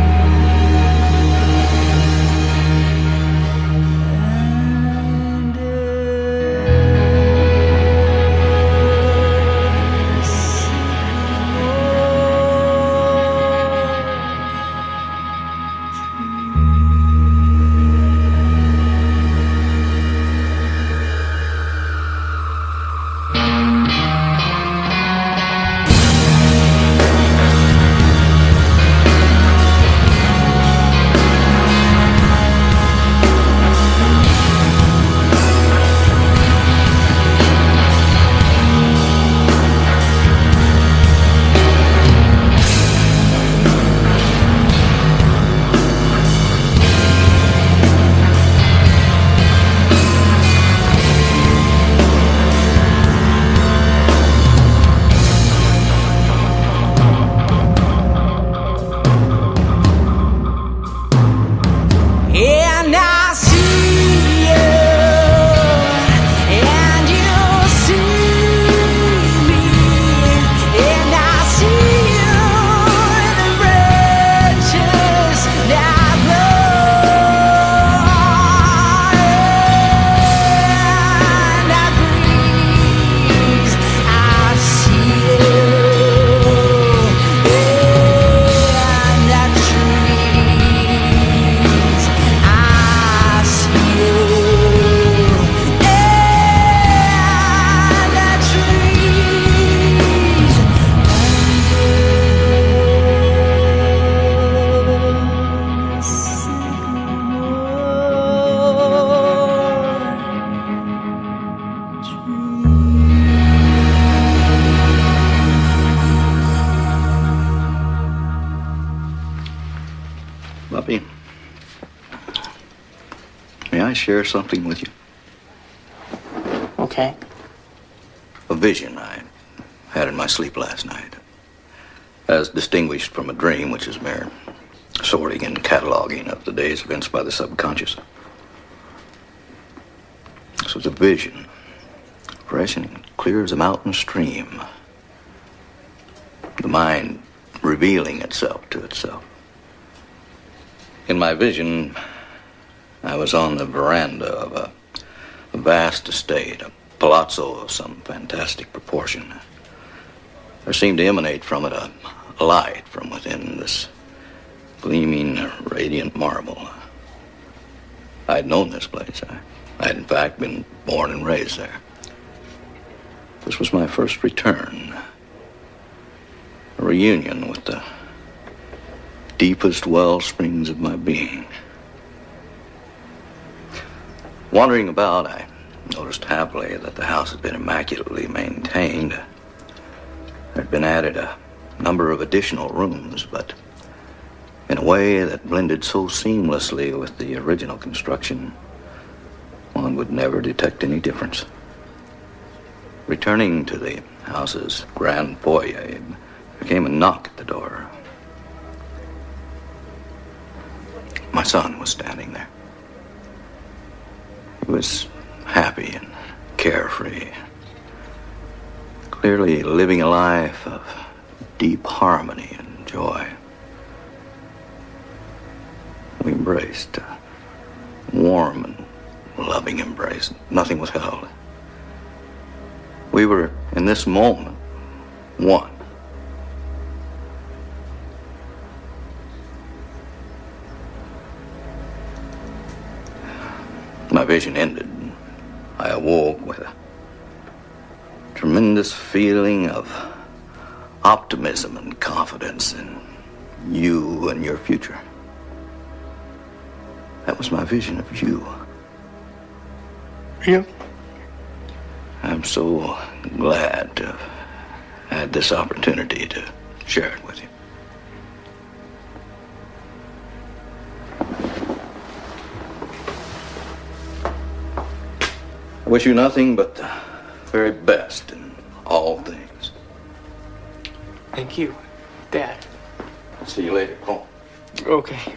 Puppy, may I share something with you?
Okay.
A vision I had in my sleep last night, as distinguished from a dream, which is mere sorting and cataloging of the day's events by the subconscious. This was a vision, fresh and clear as a mountain stream. The mind revealing itself to itself. In my vision, I was on the veranda of a, a vast estate, a palazzo of some fantastic proportion. There seemed to emanate from it a, a light from within this gleaming, radiant marble. I had known this place. I, I had, in fact, been born and raised there. This was my first return, a reunion with the deepest well springs of my being. Wandering about, I noticed happily that the house had been immaculately maintained. There had been added a number of additional rooms, but in a way that blended so seamlessly with the original construction, one would never detect any difference. Returning to the house's grand foyer, there came a knock at the door. My son was standing there. He was happy and carefree, clearly living a life of deep harmony and joy. We embraced, a warm and loving embrace. Nothing was held. We were, in this moment, one. My vision ended. I awoke with a tremendous feeling of optimism and confidence in you and your future. That was my vision of you.
You?
I'm so glad to have had this opportunity to share it with you. I wish you nothing but the very best in all things.
Thank you, Dad.
See you later, Paul.
Okay.